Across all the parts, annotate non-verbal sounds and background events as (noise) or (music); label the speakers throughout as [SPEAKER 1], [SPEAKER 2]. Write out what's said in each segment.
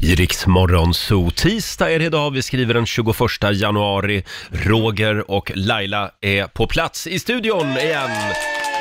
[SPEAKER 1] I Riksmorgon Zoo. Tisdag är det idag, vi skriver den 21 januari. Roger och Laila är på plats i studion igen.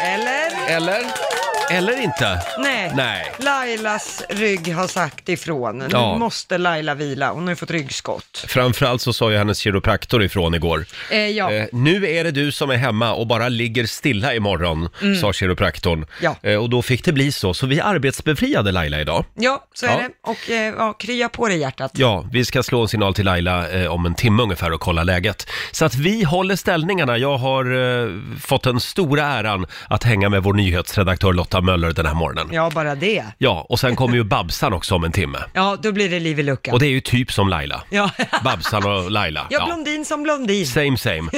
[SPEAKER 2] Eller?
[SPEAKER 1] Eller? Eller inte.
[SPEAKER 2] Nej.
[SPEAKER 1] Eh, Nej.
[SPEAKER 2] Lailas rygg har sagt ifrån. Nu
[SPEAKER 1] Ja.
[SPEAKER 2] måste Laila vila. Hon har ju fått ryggskott.
[SPEAKER 1] Framförallt så sa ju hennes kiropraktor ifrån igår.
[SPEAKER 2] Eh, ja.
[SPEAKER 1] Eh, nu är det du som är hemma och bara ligger stilla imorgon, sa kiropraktorn.
[SPEAKER 2] Mm. Ja.
[SPEAKER 1] Eh, och då fick det bli så, så vi arbetsbefriade Laila idag.
[SPEAKER 2] ja, så är
[SPEAKER 1] ja.
[SPEAKER 2] det. Och eh, ja, krya på dig hjärtat.
[SPEAKER 1] Ja, vi ska slå en signal till Laila eh, om en timme ungefär och kolla läget. Så att vi håller ställningarna. Jag har eh, fått den stora äran att hänga med vår nyhetsredaktör Lotta Möller den här morgonen. Ja,
[SPEAKER 2] Ja, bara det.
[SPEAKER 1] och sen kommer ju Babsan också om en timme.
[SPEAKER 2] Ja, då blir det liv i luckan.
[SPEAKER 1] Och det är ju typ som Laila.
[SPEAKER 2] Ja. (laughs)
[SPEAKER 1] Babsan och Laila.
[SPEAKER 2] ja, blondin som blondin.
[SPEAKER 1] Same same.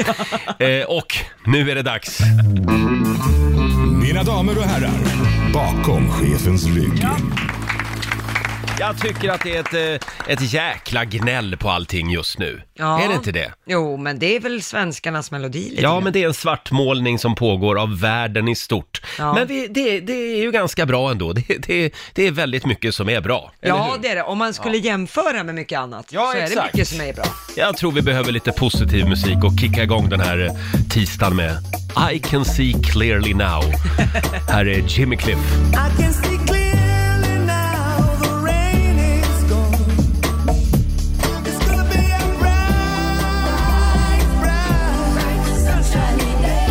[SPEAKER 1] Eh, och nu är det dags.
[SPEAKER 3] Mina damer och herrar, bakom chefens rygg.
[SPEAKER 1] Jag tycker att det är ett, eh, ett jäkla gnäll på allting just nu.
[SPEAKER 2] Ja.
[SPEAKER 1] Är det inte det?
[SPEAKER 2] Jo, men det är väl svenskarnas melodi lite
[SPEAKER 1] Ja,
[SPEAKER 2] grann.
[SPEAKER 1] men det är en svartmålning som pågår av världen i stort.
[SPEAKER 2] Ja.
[SPEAKER 1] Men vi, det, det är ju ganska bra ändå. Det, det, det är väldigt mycket som är bra. eller
[SPEAKER 2] Ja,
[SPEAKER 1] hur?
[SPEAKER 2] det är det. Om man skulle jämföra med mycket annat
[SPEAKER 1] Ja,
[SPEAKER 2] så är det
[SPEAKER 1] exakt.
[SPEAKER 2] mycket som är bra.
[SPEAKER 1] Jag tror vi behöver lite positiv musik och kicka igång den här eh, tisdagen med I can see clearly now.
[SPEAKER 2] (laughs)
[SPEAKER 1] här är Jimmy Cliff.
[SPEAKER 4] I can see clearly now the rain is gone. It's gonna be a bright, bright, sunshiny day.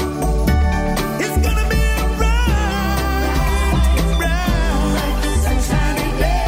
[SPEAKER 4] It's gonna be a bright, bright, sunshiny day.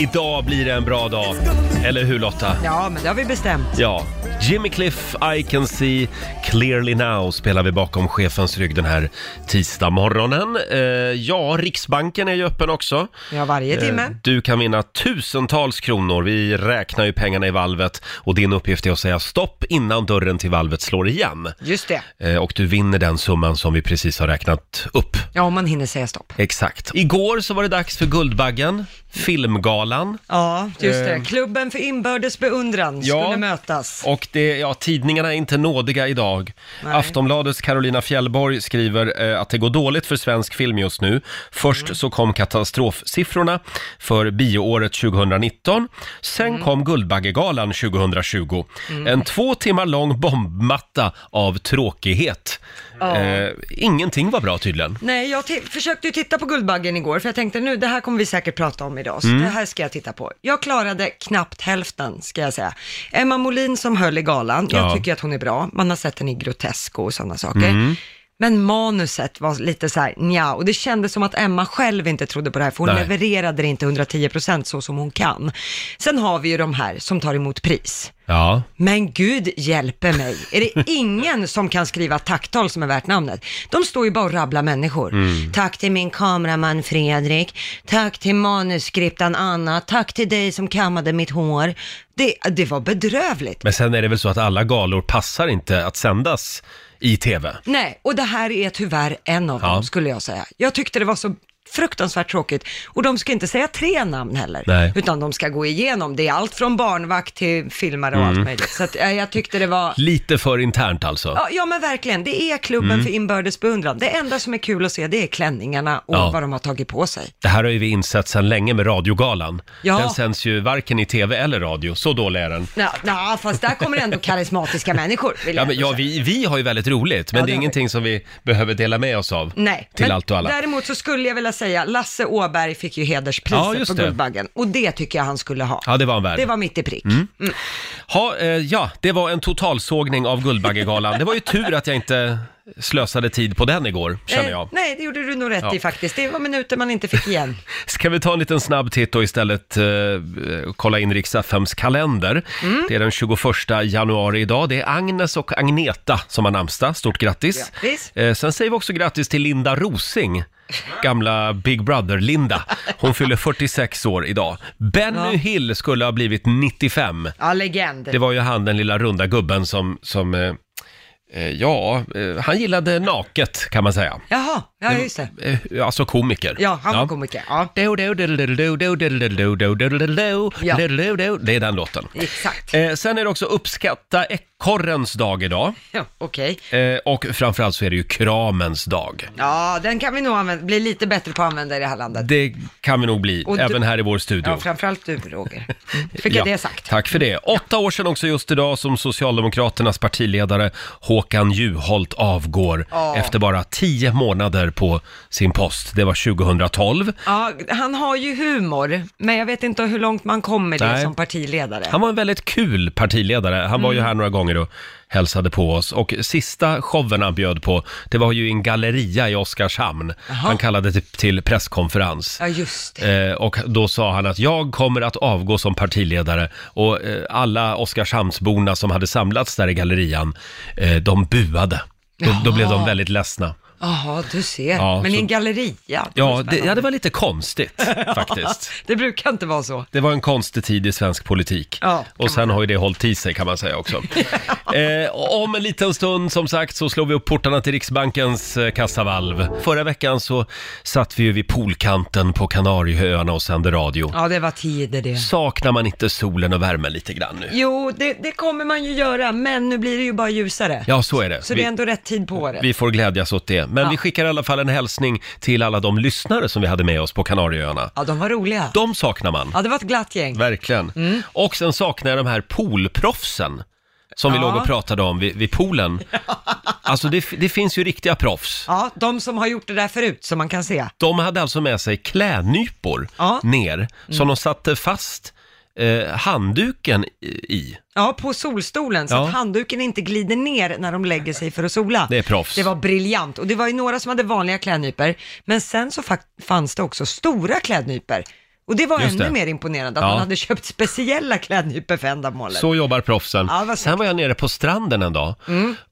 [SPEAKER 1] Idag blir det en bra dag. Eller hur Lotta?
[SPEAKER 2] Ja, men det har vi bestämt.
[SPEAKER 1] Ja, Jimmy Cliff, I can see clearly now spelar vi bakom chefens rygg den här tisdag morgonen. Eh, ja, Riksbanken är ju öppen också.
[SPEAKER 2] Ja, varje
[SPEAKER 1] Eh,
[SPEAKER 2] timme.
[SPEAKER 1] Du kan vinna tusentals kronor. Vi räknar ju pengarna i valvet och din uppgift är att säga stopp innan dörren till valvet slår igen.
[SPEAKER 2] Just det.
[SPEAKER 1] Eh, Och du vinner den summan som vi precis har räknat upp.
[SPEAKER 2] Ja, om man hinner säga stopp.
[SPEAKER 1] Exakt. Igår så var det dags för Guldbaggen, Filmgalan.
[SPEAKER 2] Ja, just det. Klubben för inbördes beundran
[SPEAKER 1] Eh. Ja.
[SPEAKER 2] skulle mötas.
[SPEAKER 1] Och det, ja, tidningarna är inte nådiga idag.
[SPEAKER 2] Nej.
[SPEAKER 1] Aftonbladets Carolina Fjällborg skriver eh, att det går dåligt för svensk film just nu. Först så kom katastrofsiffrorna för bioåret 2019. Sen kom Guldbaggegalan 2020. En två timmar lång bombmatta av tråkighet. Eh, ingenting var bra tydligen.
[SPEAKER 2] Nej, jag ti- försökte ju titta på Guldbaggen igår, för jag tänkte nu, det här kommer vi säkert prata om idag, så
[SPEAKER 1] Mm.
[SPEAKER 2] det här ska jag titta på. Jag klarade knappt hälften, ska jag säga. Emma Molin som höll i galan,
[SPEAKER 1] Ja. Mm.
[SPEAKER 2] jag tycker att hon är bra, man har sett henne i Grotesco och sådana saker. Men manuset var lite så här, nja, och det kändes som att Emma själv inte trodde på det här, för hon
[SPEAKER 1] Nej.
[SPEAKER 2] levererade det inte 110% så som hon kan. Sen har vi ju de här som tar emot pris.
[SPEAKER 1] Ja.
[SPEAKER 2] Men gud hjälper mig, är
[SPEAKER 1] (laughs)
[SPEAKER 2] det ingen som kan skriva tacktal som är värt namnet? De står ju bara och rabblar människor.
[SPEAKER 1] Mm.
[SPEAKER 2] Tack till min kameraman Fredrik, tack till manuskriptan Anna, tack till dig som kammade mitt hår. Det, det var bedrövligt.
[SPEAKER 1] Men sen är det väl så att alla galor passar inte att sändas i tv.
[SPEAKER 2] Nej, och det här är tyvärr en av
[SPEAKER 1] Ja.
[SPEAKER 2] dem skulle jag säga. Jag tyckte det var så fruktansvärt tråkigt. Och de ska inte säga tre namn heller,
[SPEAKER 1] Nej.
[SPEAKER 2] utan de ska gå igenom. Det är allt från barnvakt till filmare och
[SPEAKER 1] Mm.
[SPEAKER 2] allt möjligt. Så att, eh, jag tyckte
[SPEAKER 1] (laughs)
[SPEAKER 2] det var...
[SPEAKER 1] Lite för internt alltså.
[SPEAKER 2] Ja, ja men verkligen, det är klubben
[SPEAKER 1] Mm.
[SPEAKER 2] för inbördes beundran. Det enda som är kul att se det är klänningarna och
[SPEAKER 1] Ja.
[SPEAKER 2] vad de har tagit på sig.
[SPEAKER 1] Det här har ju vi insett sedan länge med radiogalan.
[SPEAKER 2] Ja.
[SPEAKER 1] Den sänds ju varken i tv eller radio, så dålig är den.
[SPEAKER 2] Ja, ja, fast där kommer
[SPEAKER 1] (laughs)
[SPEAKER 2] ändå karismatiska människor. Vill
[SPEAKER 1] Ja,
[SPEAKER 2] jag
[SPEAKER 1] men,
[SPEAKER 2] ändå
[SPEAKER 1] ja,
[SPEAKER 2] säga.
[SPEAKER 1] vi, vi har ju väldigt roligt, men det
[SPEAKER 2] Ja, det
[SPEAKER 1] är
[SPEAKER 2] har
[SPEAKER 1] ingenting som vi behöver dela med oss av
[SPEAKER 2] Nej,
[SPEAKER 1] till
[SPEAKER 2] men
[SPEAKER 1] allt och alla.
[SPEAKER 2] däremot så skulle jag vilja säga Lasse Åberg fick ju hederspriset
[SPEAKER 1] Ja, just
[SPEAKER 2] på
[SPEAKER 1] det.
[SPEAKER 2] Guldbaggen och det tycker jag han skulle ha.
[SPEAKER 1] Ja, Mm, det var en värld.
[SPEAKER 2] Det var mitt i prick.
[SPEAKER 1] Ha, eh, ja, det var en totalsågning av Guldbaggegalan. det var ju tur att jag inte slösade tid på den igår, känner jag.
[SPEAKER 2] Eh, nej, det gjorde du nog rätt
[SPEAKER 1] Ja.
[SPEAKER 2] i faktiskt. Det var minuter man inte
[SPEAKER 1] (laughs)
[SPEAKER 2] fick igen.
[SPEAKER 1] Ska vi ta en liten snabb titt då istället eh, kolla in Rix FMs kalender.
[SPEAKER 2] Mm.
[SPEAKER 1] Det är den 21 januari idag. Det är Agnes och Agneta som har namnsdag. Stort grattis!
[SPEAKER 2] Grattis.
[SPEAKER 1] Eh, sen säger vi också grattis till Linda Rosing, gamla Big Brother-Linda. Hon fyller 46 år idag. Benny Hill skulle ha blivit 95.
[SPEAKER 2] Ja, legend.
[SPEAKER 1] Det var ju han den lilla runda gubben som, som eh, Eh, Ja, eh, han gillade naket kan man säga.
[SPEAKER 2] Jaha, ja just det.
[SPEAKER 1] Eh, Alltså komiker.
[SPEAKER 2] Ja, han var komiker. Ja,
[SPEAKER 1] Do, do, diddle-do, do, diddle-do, do, diddle-do,
[SPEAKER 2] Ja.
[SPEAKER 1] diddle-do. Det är den låten.
[SPEAKER 2] exakt.
[SPEAKER 1] Eh, sen är det också uppskatta ekorrens dag idag.
[SPEAKER 2] Ja, Okej.
[SPEAKER 1] Eh, och framförallt så är det ju kramens dag.
[SPEAKER 2] Ja, den kan vi nog använda, bli lite bättre på att använda i det här landet.
[SPEAKER 1] Det kan vi nog bli,
[SPEAKER 2] Och du-
[SPEAKER 1] även här i vår studio.
[SPEAKER 2] Ja, framförallt du Roger.
[SPEAKER 1] (laughs)
[SPEAKER 2] Fick jag
[SPEAKER 1] Ja,
[SPEAKER 2] det sagt?
[SPEAKER 1] Tack för det. Åtta år sedan också just idag som Socialdemokraternas partiledare Håkan Juholt avgår
[SPEAKER 2] Ja.
[SPEAKER 1] efter bara tio månader på sin post. Det var 2012.
[SPEAKER 2] Ja, han har ju humor, men jag vet inte hur långt man kommer det
[SPEAKER 1] Nej.
[SPEAKER 2] som partiledare.
[SPEAKER 1] Han var en väldigt kul partiledare. Han var ju
[SPEAKER 2] Mm.
[SPEAKER 1] här några gånger och hälsade på oss. Och sista showen han bjöd på, det var ju i en galleria i Oskarshamn. Han kallade till, till presskonferens.
[SPEAKER 2] Ja, just det.
[SPEAKER 1] Eh, och då sa han att jag kommer att avgå som partiledare och eh, alla Oskarshamnsborna som hade samlats där i gallerian, eh, de buade. Då, då blev de väldigt ledsna.
[SPEAKER 2] Jaha, du ser.
[SPEAKER 1] Ja,
[SPEAKER 2] men i
[SPEAKER 1] så-
[SPEAKER 2] en galleria.
[SPEAKER 1] Ja
[SPEAKER 2] var
[SPEAKER 1] det, ja,
[SPEAKER 2] spännande.
[SPEAKER 1] det var lite
[SPEAKER 2] (laughs)
[SPEAKER 1] konstigt faktiskt.
[SPEAKER 2] det brukar inte vara så.
[SPEAKER 1] Det var en konstig tid i svensk politik.
[SPEAKER 2] Ja, kan
[SPEAKER 1] och sen har ju det hållit i sig kan man säga
[SPEAKER 2] (laughs)
[SPEAKER 1] också. eh, och om en liten stund som sagt så slår vi upp portarna till Riksbankens eh, kassavalv. Förra veckan så satt vi ju vid poolkanten på Kanarieöarna och sände radio.
[SPEAKER 2] Ja, det var tider det.
[SPEAKER 1] Saknar man inte solen och värmen lite grann nu?
[SPEAKER 2] Jo, det, det kommer man ju göra, men nu blir det ju bara ljusare.
[SPEAKER 1] Ja, så är det.
[SPEAKER 2] Så det är
[SPEAKER 1] Vi,
[SPEAKER 2] ändå rätt tid på året.
[SPEAKER 1] vi får glädjas åt det. Men
[SPEAKER 2] Ja.
[SPEAKER 1] vi skickar i alla fall en hälsning till alla de lyssnare som vi hade med oss på Kanarieöarna.
[SPEAKER 2] Ja, de var roliga.
[SPEAKER 1] De saknar man.
[SPEAKER 2] Ja, det var ett glatt gäng.
[SPEAKER 1] Verkligen.
[SPEAKER 2] Mm.
[SPEAKER 1] Och sen saknar jag de här poolproffsen som vi
[SPEAKER 2] Ja.
[SPEAKER 1] låg och pratade om vid, vid poolen.
[SPEAKER 2] (laughs)
[SPEAKER 1] Alltså det, det finns ju riktiga proffs.
[SPEAKER 2] Ja, de som har gjort det där förut, som man kan se.
[SPEAKER 1] De hade alltså med sig klädnypor
[SPEAKER 2] Ja. Mm.
[SPEAKER 1] ner som de satte fast eh, handduken i- i.
[SPEAKER 2] Ja, på solstolen, så
[SPEAKER 1] Ja.
[SPEAKER 2] att handduken inte glider ner när de lägger sig för att sola.
[SPEAKER 1] Det är proffs.
[SPEAKER 2] Det var briljant. Och det var ju några som hade vanliga klädnypor, men sen så fak- fanns det också stora klädnypor. Och det var
[SPEAKER 1] Just
[SPEAKER 2] ännu
[SPEAKER 1] det.
[SPEAKER 2] mer imponerande, att
[SPEAKER 1] Ja.
[SPEAKER 2] man hade köpt speciella klädnypor för ändamålet.
[SPEAKER 1] Så jobbar proffsen.
[SPEAKER 2] Ja, vad Mm.
[SPEAKER 1] Sen var jag nere på stranden en dag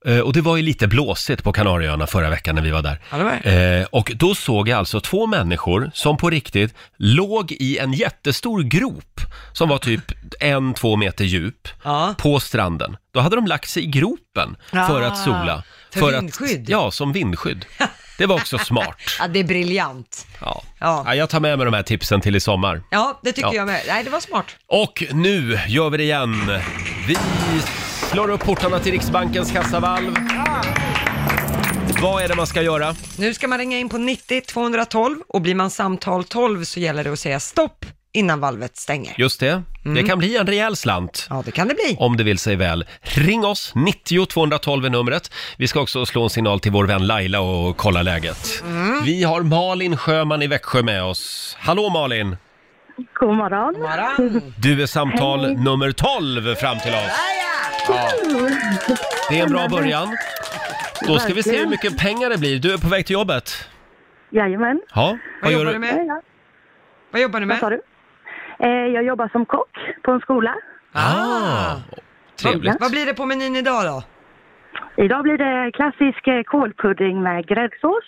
[SPEAKER 1] Eh, och det var ju lite blåsigt på Kanarieöarna förra veckan när vi var där.
[SPEAKER 2] Ja, det var det.
[SPEAKER 1] Eh, Och då såg jag alltså två människor som på riktigt låg i en jättestor grop som var typ en, två meter djup
[SPEAKER 2] Ja.
[SPEAKER 1] på stranden. Då hade de lagt sig i gropen för att
[SPEAKER 2] Ah,
[SPEAKER 1] sola.
[SPEAKER 2] för vindskydd.
[SPEAKER 1] Att, ja, som vindskydd. Det var också smart.
[SPEAKER 2] (laughs) Ja, det är briljant.
[SPEAKER 1] Ja.
[SPEAKER 2] Ja.
[SPEAKER 1] Ja, jag tar med mig de här tipsen till i sommar.
[SPEAKER 2] Ja, det tycker
[SPEAKER 1] Ja.
[SPEAKER 2] jag med. Nej, det var smart.
[SPEAKER 1] Och nu gör vi det igen. Vi slår upp portarna till Riksbankens kassavalv. Vad är det man ska göra?
[SPEAKER 2] Nu ska man ringa in på 90 212 och blir man samtal 12 så gäller det att säga stopp innan valvet stänger.
[SPEAKER 1] Just det, Mm. det kan bli en rejäl slant.
[SPEAKER 2] Ja, det kan det bli.
[SPEAKER 1] Om det vill sig väl. Ring oss, 90 212 är numret. Vi ska också slå en signal till vår vän Laila och kolla läget. Vi har Malin Sjöman i Växjö med oss. Hallå Malin!
[SPEAKER 5] God morgon.
[SPEAKER 2] Varann.
[SPEAKER 1] Du är samtal nummer 12 fram till oss. Ja. Det är en bra början. Då ska vi se hur mycket pengar det blir. Du är på väg till jobbet.
[SPEAKER 5] Jajamän.
[SPEAKER 1] Ja,
[SPEAKER 2] Vad
[SPEAKER 1] vad
[SPEAKER 2] jobbar
[SPEAKER 1] gör
[SPEAKER 2] du
[SPEAKER 1] du?
[SPEAKER 5] Ja,
[SPEAKER 2] med?
[SPEAKER 5] ja.
[SPEAKER 2] Vad jobbar du
[SPEAKER 5] Vad sa
[SPEAKER 2] med?
[SPEAKER 5] du? Eh, jag jobbar som kock på en skola.
[SPEAKER 1] Ah, trevligt.
[SPEAKER 2] Vad blir det på menyn idag då?
[SPEAKER 5] Idag blir det klassisk eh, kålpudding med gräddsås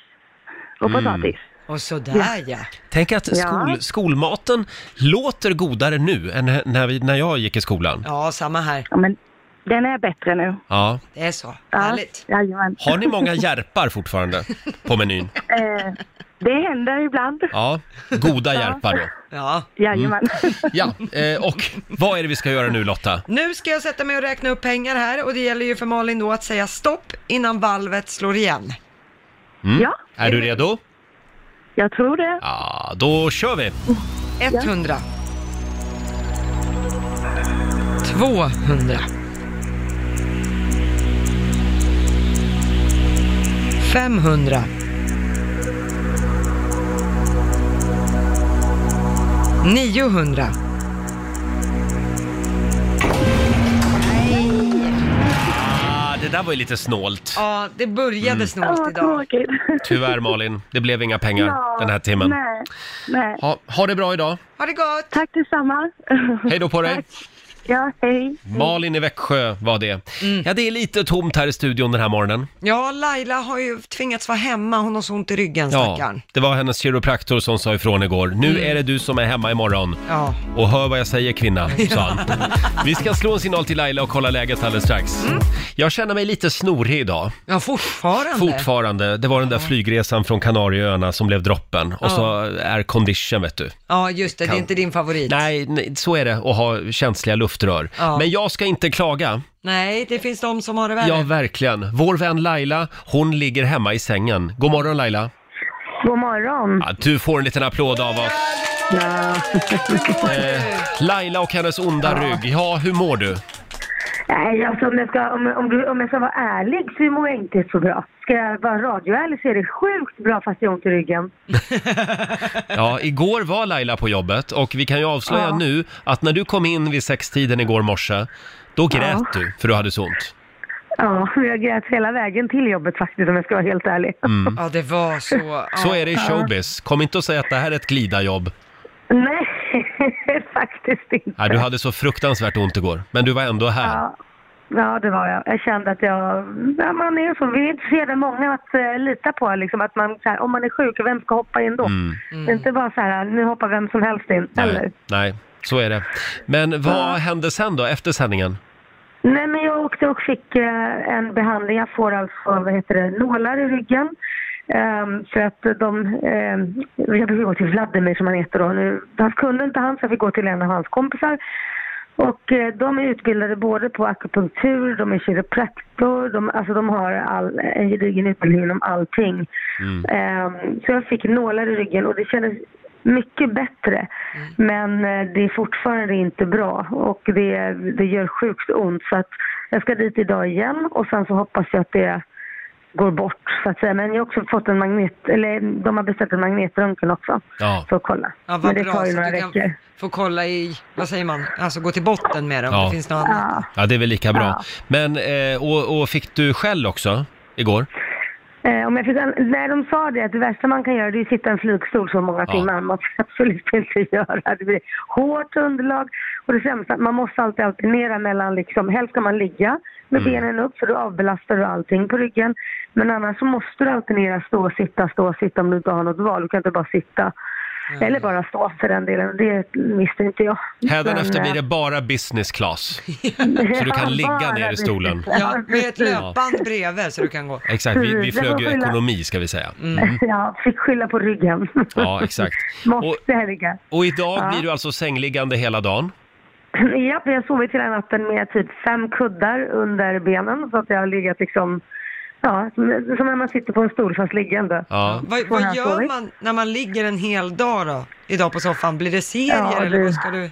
[SPEAKER 5] och potatis.
[SPEAKER 2] Och sådär ja.
[SPEAKER 1] Tänk att skol, skolmaten låter godare nu än när, vi, när jag gick i skolan.
[SPEAKER 2] Ja, samma här.
[SPEAKER 5] Ja, men den är bättre nu.
[SPEAKER 1] Ja.
[SPEAKER 2] Det är så.
[SPEAKER 5] Ja,
[SPEAKER 2] Härligt.
[SPEAKER 5] Jajamän.
[SPEAKER 1] Har ni (laughs) många järpar fortfarande på menyn?
[SPEAKER 5] Eh, det händer ibland.
[SPEAKER 1] Ja, goda järpar då.
[SPEAKER 2] Ja.
[SPEAKER 5] Jajamän.
[SPEAKER 1] Ja, eh, och vad är det vi ska göra nu Lotta?
[SPEAKER 2] Nu ska jag sätta mig och räkna upp pengar här och det gäller ju för Malin då att säga stopp innan valvet slår igen.
[SPEAKER 5] (laughs) Ja,
[SPEAKER 1] Är du redo?
[SPEAKER 5] jag tror det.
[SPEAKER 1] Ja, då kör vi!
[SPEAKER 2] 100. 200. 500. 900.
[SPEAKER 1] Ah, det där var ju lite snålt.
[SPEAKER 2] Ja, det började
[SPEAKER 5] Åh,
[SPEAKER 2] snålt
[SPEAKER 5] Mm. vad
[SPEAKER 2] idag.
[SPEAKER 5] tråkigt.
[SPEAKER 1] Tyvärr Malin, det blev inga pengar
[SPEAKER 5] Ja,
[SPEAKER 1] den här timmen.
[SPEAKER 5] Nej, nej.
[SPEAKER 1] Ha, ha det bra idag,
[SPEAKER 2] Ha det gott!
[SPEAKER 5] Tack detsamma.
[SPEAKER 1] hej då på dig!
[SPEAKER 5] Tack. (laughs) Ja, hej.
[SPEAKER 1] Malin i Växjö var det. Ja, det är lite tomt här i studion den här morgonen.
[SPEAKER 2] Ja, Laila har ju tvingats vara hemma. Hon har så ont i ryggen,
[SPEAKER 1] Ja,
[SPEAKER 2] stackarn.
[SPEAKER 1] det var hennes kiropraktor som sa ifrån igår. Nu är det du som är hemma imorgon.
[SPEAKER 2] Ja.
[SPEAKER 1] Och hör vad jag säger kvinna, sa han. Vi ska slå en signal till Laila och kolla läget alldeles strax. Jag känner mig lite snorig idag,
[SPEAKER 2] Ja, fortfarande.
[SPEAKER 1] fortfarande. Det var den där flygresan från Kanarieöarna som blev droppen. Och så är condition, vet du.
[SPEAKER 2] Ja, just det. Det är inte din favorit.
[SPEAKER 1] Nej, nej, så är det att ha känsliga luftrör.
[SPEAKER 2] Ja.
[SPEAKER 1] Men jag ska inte klaga.
[SPEAKER 2] Nej, det finns de som har det värre.
[SPEAKER 1] Ja, verkligen. Vår vän Laila, hon ligger hemma i sängen. God morgon Laila.
[SPEAKER 5] God morgon.
[SPEAKER 1] Ja, du får en liten applåd av oss. Eh,
[SPEAKER 5] Ja.
[SPEAKER 1] Laila och hennes onda rygg. Ja, hur mår du?
[SPEAKER 5] Nej, alltså om jag, ska, om, om, du, om jag ska vara ärlig så mår jag inte så bra. Ska jag vara radioärlig så är det sjukt bra fast jag har ont i ryggen.
[SPEAKER 1] Ja, igår var Laila på jobbet och vi kan ju avslöja
[SPEAKER 5] Ja.
[SPEAKER 1] nu att när du kom in vid sextiden igår morse, då grät
[SPEAKER 5] Ja.
[SPEAKER 1] du för du hade så ont.
[SPEAKER 5] Ja, men jag grät hela vägen till jobbet faktiskt om jag ska vara helt ärlig.
[SPEAKER 1] Mm.
[SPEAKER 2] Ja, det var så. Ja.
[SPEAKER 1] Så är det i showbiz. Kom inte och säg att det här är ett glidarjobb.
[SPEAKER 5] Nej, (laughs) faktiskt inte.
[SPEAKER 1] Nej, du hade så fruktansvärt ont igår, men du var ändå här.
[SPEAKER 5] Ja. ja, det var jag. Jag kände att jag... Ja, man är ju så. Vi är inte så jävla många att eh, lita på. Liksom, att man, så här, om man är sjuk, vem ska hoppa in då? Det är Inte bara så här, nu hoppar vem som helst in. Eller?
[SPEAKER 1] Mm. Nej, nej, så är det. Men vad hände sen då, efter sändningen?
[SPEAKER 5] Nej, men jag åkte och fick eh, en behandling. Jag får alltså, vad heter det, nålar i ryggen. Ehm, för att de, ehm, jag behöver gå till Vladimir som han heter då. Nu, han kunde inte han så jag fick gå till en av hans kompisar. Och eh, de är utbildade både på akupunktur, de är kiropraktor, de, alltså de har all, en gedigen utbildning inom allting. Ehm, så jag fick nålar i ryggen och det kändes mycket bättre. Men eh, det är fortfarande inte bra och det, det gör sjukt ont. Så att jag ska dit idag igen och sen så hoppas jag att det går bort så att säga. Men jag har också fått en magnet, eller de har beställt en magnetröntgen också
[SPEAKER 1] Ja.
[SPEAKER 5] för att kolla.
[SPEAKER 2] Ja, vad
[SPEAKER 5] Men det
[SPEAKER 2] bra,
[SPEAKER 5] tar ju
[SPEAKER 2] så
[SPEAKER 5] några
[SPEAKER 2] du kan
[SPEAKER 5] veckor.
[SPEAKER 2] Få kolla i, vad säger man, alltså gå till botten med det om
[SPEAKER 1] Ja.
[SPEAKER 2] det finns något annat.
[SPEAKER 5] Ja.
[SPEAKER 1] Ja, det är väl lika bra.
[SPEAKER 5] Ja.
[SPEAKER 1] Men, eh, och, och fick du skäll också igår?
[SPEAKER 5] Eh, om jag fick, när de sa det, att det värsta man kan göra det är att sitta i en flygstol så många
[SPEAKER 1] Ja.
[SPEAKER 5] timmar. Man ska (laughs) absolut inte göra. Det blir hårt underlag. Och det sämsta, man måste alltid alternera mellan liksom, helst ska man ligga med
[SPEAKER 1] Mm.
[SPEAKER 5] benen upp för då avbelastar du allting på ryggen. Men annars så måste du alternera stå, sitta, stå, sitta om du inte har något val. Du kan inte bara sitta. Eller bara stå för den delen. Det visste inte jag.
[SPEAKER 1] Hädanefter
[SPEAKER 5] Men,
[SPEAKER 1] blir
[SPEAKER 5] eh,
[SPEAKER 1] det bara business class.
[SPEAKER 5] (laughs) ja,
[SPEAKER 1] så du kan
[SPEAKER 5] bara
[SPEAKER 1] ligga ner i
[SPEAKER 5] business
[SPEAKER 1] stolen.
[SPEAKER 5] class.
[SPEAKER 2] Ja, med ett
[SPEAKER 5] precis.
[SPEAKER 2] löpband bredvid så du kan gå.
[SPEAKER 1] Exakt, vi, vi
[SPEAKER 5] Precis, jag
[SPEAKER 1] flög ju
[SPEAKER 5] får skylla-
[SPEAKER 1] ekonomi ska vi säga.
[SPEAKER 5] (laughs) Ja, fick skylla på ryggen.
[SPEAKER 1] Mm. Ja, exakt. Och,
[SPEAKER 5] (laughs) Måste jag (clears throat) ligga.
[SPEAKER 1] och idag
[SPEAKER 5] Ja.
[SPEAKER 1] blir du alltså sängliggande hela dagen.
[SPEAKER 5] Ja, jag har sovit hela natten med typ fem kuddar under benen så att jag har legat liksom, ja, som som när man sitter på en stol fast liggande.
[SPEAKER 1] Ja.
[SPEAKER 2] Vad,
[SPEAKER 5] Får
[SPEAKER 2] vad
[SPEAKER 5] jag
[SPEAKER 2] gör
[SPEAKER 5] sova?
[SPEAKER 2] man när man ligger en hel dag då? Idag på soffan, blir det serier
[SPEAKER 5] Ja,
[SPEAKER 2] eller
[SPEAKER 5] det-
[SPEAKER 2] vad ska du?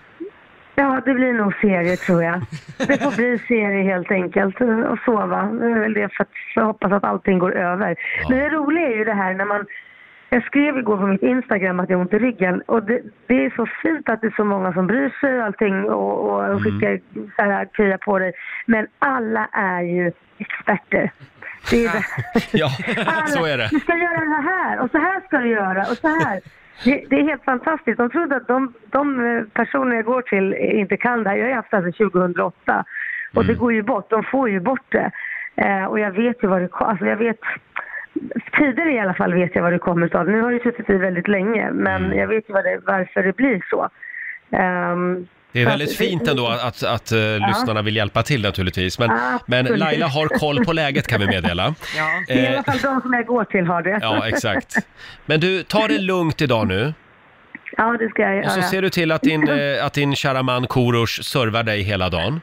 [SPEAKER 5] Ja, det blir nog serie tror jag. Det får bli serie helt enkelt och sova. Det är väl det för att jag hoppas att allting går över.
[SPEAKER 1] Ja.
[SPEAKER 5] Men det roliga är ju det här när man jag skrev igår på mitt Instagram att jag har ont i ryggen och det, det är så fint att det är så många som bryr sig och allting och, och skickar så här krya på dig. Men alla är ju experter. Det är ju det.
[SPEAKER 1] (laughs) Ja,
[SPEAKER 5] Alla,
[SPEAKER 1] så är det.
[SPEAKER 5] Du ska göra det här och så här ska du göra och så här. Det, det är helt fantastiskt. De trodde att de, de eh, personer jag går till inte kan det här. Jag har ju haft det här sedan 2008 och
[SPEAKER 1] Mm.
[SPEAKER 5] det går ju bort. De får ju bort det. Eh, och jag vet ju vad det ko- alltså jag vet Tidigare i alla fall vet jag vad det kommer av. Nu har det suttit i väldigt länge men
[SPEAKER 1] Mm.
[SPEAKER 5] jag vet ju vad det, varför det blir så. Ehm,
[SPEAKER 1] Det är
[SPEAKER 5] så
[SPEAKER 1] väldigt
[SPEAKER 5] att-
[SPEAKER 1] fint ändå att, att eh, lyssnarna vill hjälpa till naturligtvis. Men,
[SPEAKER 5] Ja,
[SPEAKER 1] men
[SPEAKER 5] absolut.
[SPEAKER 1] Laila har koll på läget kan vi
[SPEAKER 5] (laughs)
[SPEAKER 1] meddela.
[SPEAKER 2] Ja.
[SPEAKER 5] Det är
[SPEAKER 1] Eh,
[SPEAKER 5] i alla fall de som jag går till har det.
[SPEAKER 1] ja, exakt. Men du, ta det lugnt idag nu.
[SPEAKER 5] Ja, det ska jag göra.
[SPEAKER 1] Och så ser du till att din, eh, att din kära man Korosh servar dig hela dagen.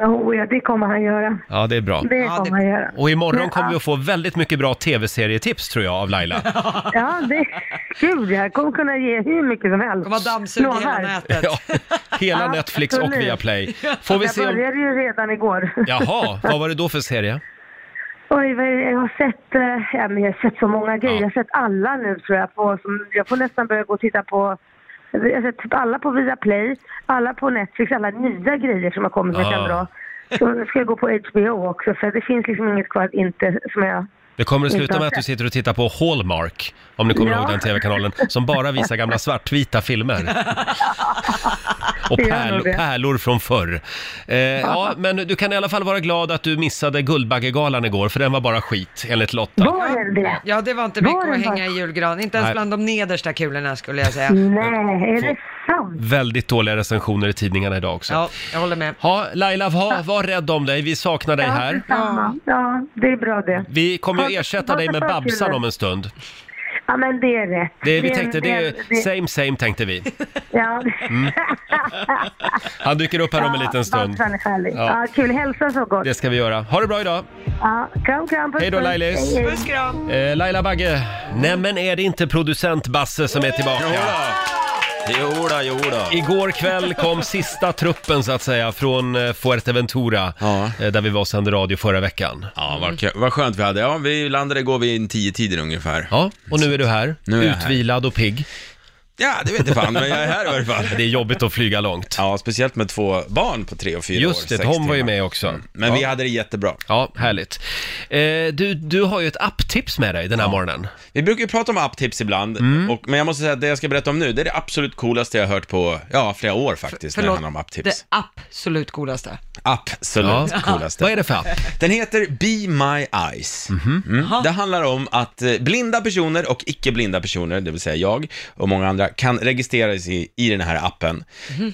[SPEAKER 5] Jo, ja, det kommer han göra.
[SPEAKER 1] Ja, det är bra.
[SPEAKER 5] Det
[SPEAKER 2] Ja, det-
[SPEAKER 5] kommer han göra.
[SPEAKER 1] Och imorgon kommer vi att få väldigt mycket bra tv-serietips tror jag av
[SPEAKER 5] (laughs)
[SPEAKER 1] Laila.
[SPEAKER 5] Ja, det... Gud, jag kommer kunna ge hur mycket som helst.
[SPEAKER 2] Kommer att dammsuga hela
[SPEAKER 5] Lovar.
[SPEAKER 2] nätet.
[SPEAKER 1] Ja, hela
[SPEAKER 5] Ja,
[SPEAKER 1] Netflix och
[SPEAKER 5] absolut.
[SPEAKER 1] Viaplay. Får vi
[SPEAKER 5] Jag
[SPEAKER 1] se om...
[SPEAKER 5] började ju redan igår.
[SPEAKER 1] Jaha, vad var det då för serie?
[SPEAKER 5] Oj, vad är det? jag har sett, eh, ja, men jag har sett så många grejer.
[SPEAKER 1] Ja.
[SPEAKER 5] Jag har sett alla nu tror jag. På, som, jag får nästan börja gå och titta på jag har sett typ alla på Viaplay, alla på Netflix, alla nya grejer som har kommit som jag
[SPEAKER 1] Ja.
[SPEAKER 5] kan dra. Så nu ska jag gå på HBO också för det finns liksom inget kvar att inte, som jag...
[SPEAKER 1] Det kommer att sluta
[SPEAKER 5] Inte
[SPEAKER 1] med att
[SPEAKER 5] sett.
[SPEAKER 1] du sitter och tittar på Hallmark, om ni kommer
[SPEAKER 5] Ja. (laughs)
[SPEAKER 1] ihåg den tv-kanalen, som bara visar gamla svartvita filmer. och
[SPEAKER 5] Det gör nog
[SPEAKER 1] pärl,
[SPEAKER 5] det.
[SPEAKER 1] pärlor från förr. Eh, ja, men du kan i alla fall vara glad att du missade Guldbaggegalan igår, för den var bara skit enligt Lotta.
[SPEAKER 5] Var är det?
[SPEAKER 2] Ja, det var inte
[SPEAKER 5] Var
[SPEAKER 2] mycket
[SPEAKER 5] den Mm.
[SPEAKER 2] att
[SPEAKER 5] bara-
[SPEAKER 2] hänga i julgran. Inte ens
[SPEAKER 1] Nej.
[SPEAKER 2] bland de nedersta kulorna skulle jag säga.
[SPEAKER 5] Nej, är det sant?
[SPEAKER 1] Väldigt dåliga recensioner i tidningarna idag också. Ja.
[SPEAKER 2] Ja, jag håller med.
[SPEAKER 1] Laila, var, var rädd om dig. Vi saknar dig här.
[SPEAKER 5] Samma. Ja, det är bra det.
[SPEAKER 1] Vi kommer ju
[SPEAKER 5] Ha-
[SPEAKER 1] ersätta
[SPEAKER 5] ha
[SPEAKER 1] dig
[SPEAKER 5] det
[SPEAKER 1] med
[SPEAKER 5] bra,
[SPEAKER 1] Babsan
[SPEAKER 5] killar.
[SPEAKER 1] om en stund.
[SPEAKER 5] Ja, men det är rätt.
[SPEAKER 1] Det, vi tänkte, det är
[SPEAKER 5] det-
[SPEAKER 1] same same tänkte vi.
[SPEAKER 5] Ja. (laughs)
[SPEAKER 1] Han dyker upp här om en liten stund.
[SPEAKER 5] Babsan är härlig.
[SPEAKER 1] Ja.
[SPEAKER 5] Ja, kul. Hälsa så gott.
[SPEAKER 1] Det ska vi göra. Ha det bra idag!
[SPEAKER 5] Ja, kram, kram. puss,
[SPEAKER 1] Hej då,
[SPEAKER 5] puss.
[SPEAKER 1] Lailis.
[SPEAKER 5] Hej, hej.
[SPEAKER 2] Puss kram!
[SPEAKER 1] Eh, Laila Bagge, nämen är det inte producent Basse som är tillbaka?
[SPEAKER 6] Jodå, jodå.
[SPEAKER 1] Igår kväll kom sista truppen så att säga från eh, Fuerteventura
[SPEAKER 6] Ja.
[SPEAKER 1] eh, där vi var och sände radio förra veckan.
[SPEAKER 6] Ja, vad, kö- vad skönt vi hade. Ja, vi landade igår vid tio tiden ungefär.
[SPEAKER 1] Ja, och nu är du här,
[SPEAKER 6] Nu är jag här.
[SPEAKER 1] utvilad och pigg.
[SPEAKER 6] Ja, det vet jag fan, men jag är här i alla
[SPEAKER 1] (laughs)
[SPEAKER 6] fall.
[SPEAKER 1] Det är jobbigt att flyga långt.
[SPEAKER 6] Ja, speciellt med två barn på tre och fyra år.
[SPEAKER 1] Just det,
[SPEAKER 6] sex
[SPEAKER 1] Tom var ju
[SPEAKER 6] timmar. Mm.
[SPEAKER 1] med också.
[SPEAKER 6] Men
[SPEAKER 1] ja.
[SPEAKER 6] vi hade det jättebra.
[SPEAKER 1] Ja, härligt. Eh, du, du har ju ett apptips med dig den här morgonen.
[SPEAKER 6] Vi brukar ju prata om apptips ibland,
[SPEAKER 1] Mm.
[SPEAKER 6] och, men jag måste säga att det jag ska berätta om nu, det är det absolut coolaste jag har hört på, ja, flera år faktiskt, när det handlar om
[SPEAKER 2] det
[SPEAKER 6] apptips.
[SPEAKER 2] absolut godaste.
[SPEAKER 6] Absolut coolaste.
[SPEAKER 1] Vad är det för app?
[SPEAKER 6] (laughs) Den heter Be My Eyes. Mm. Det handlar om att eh, blinda personer och icke-blinda personer, det vill säga jag och många andra, kan registrera sig i den här appen.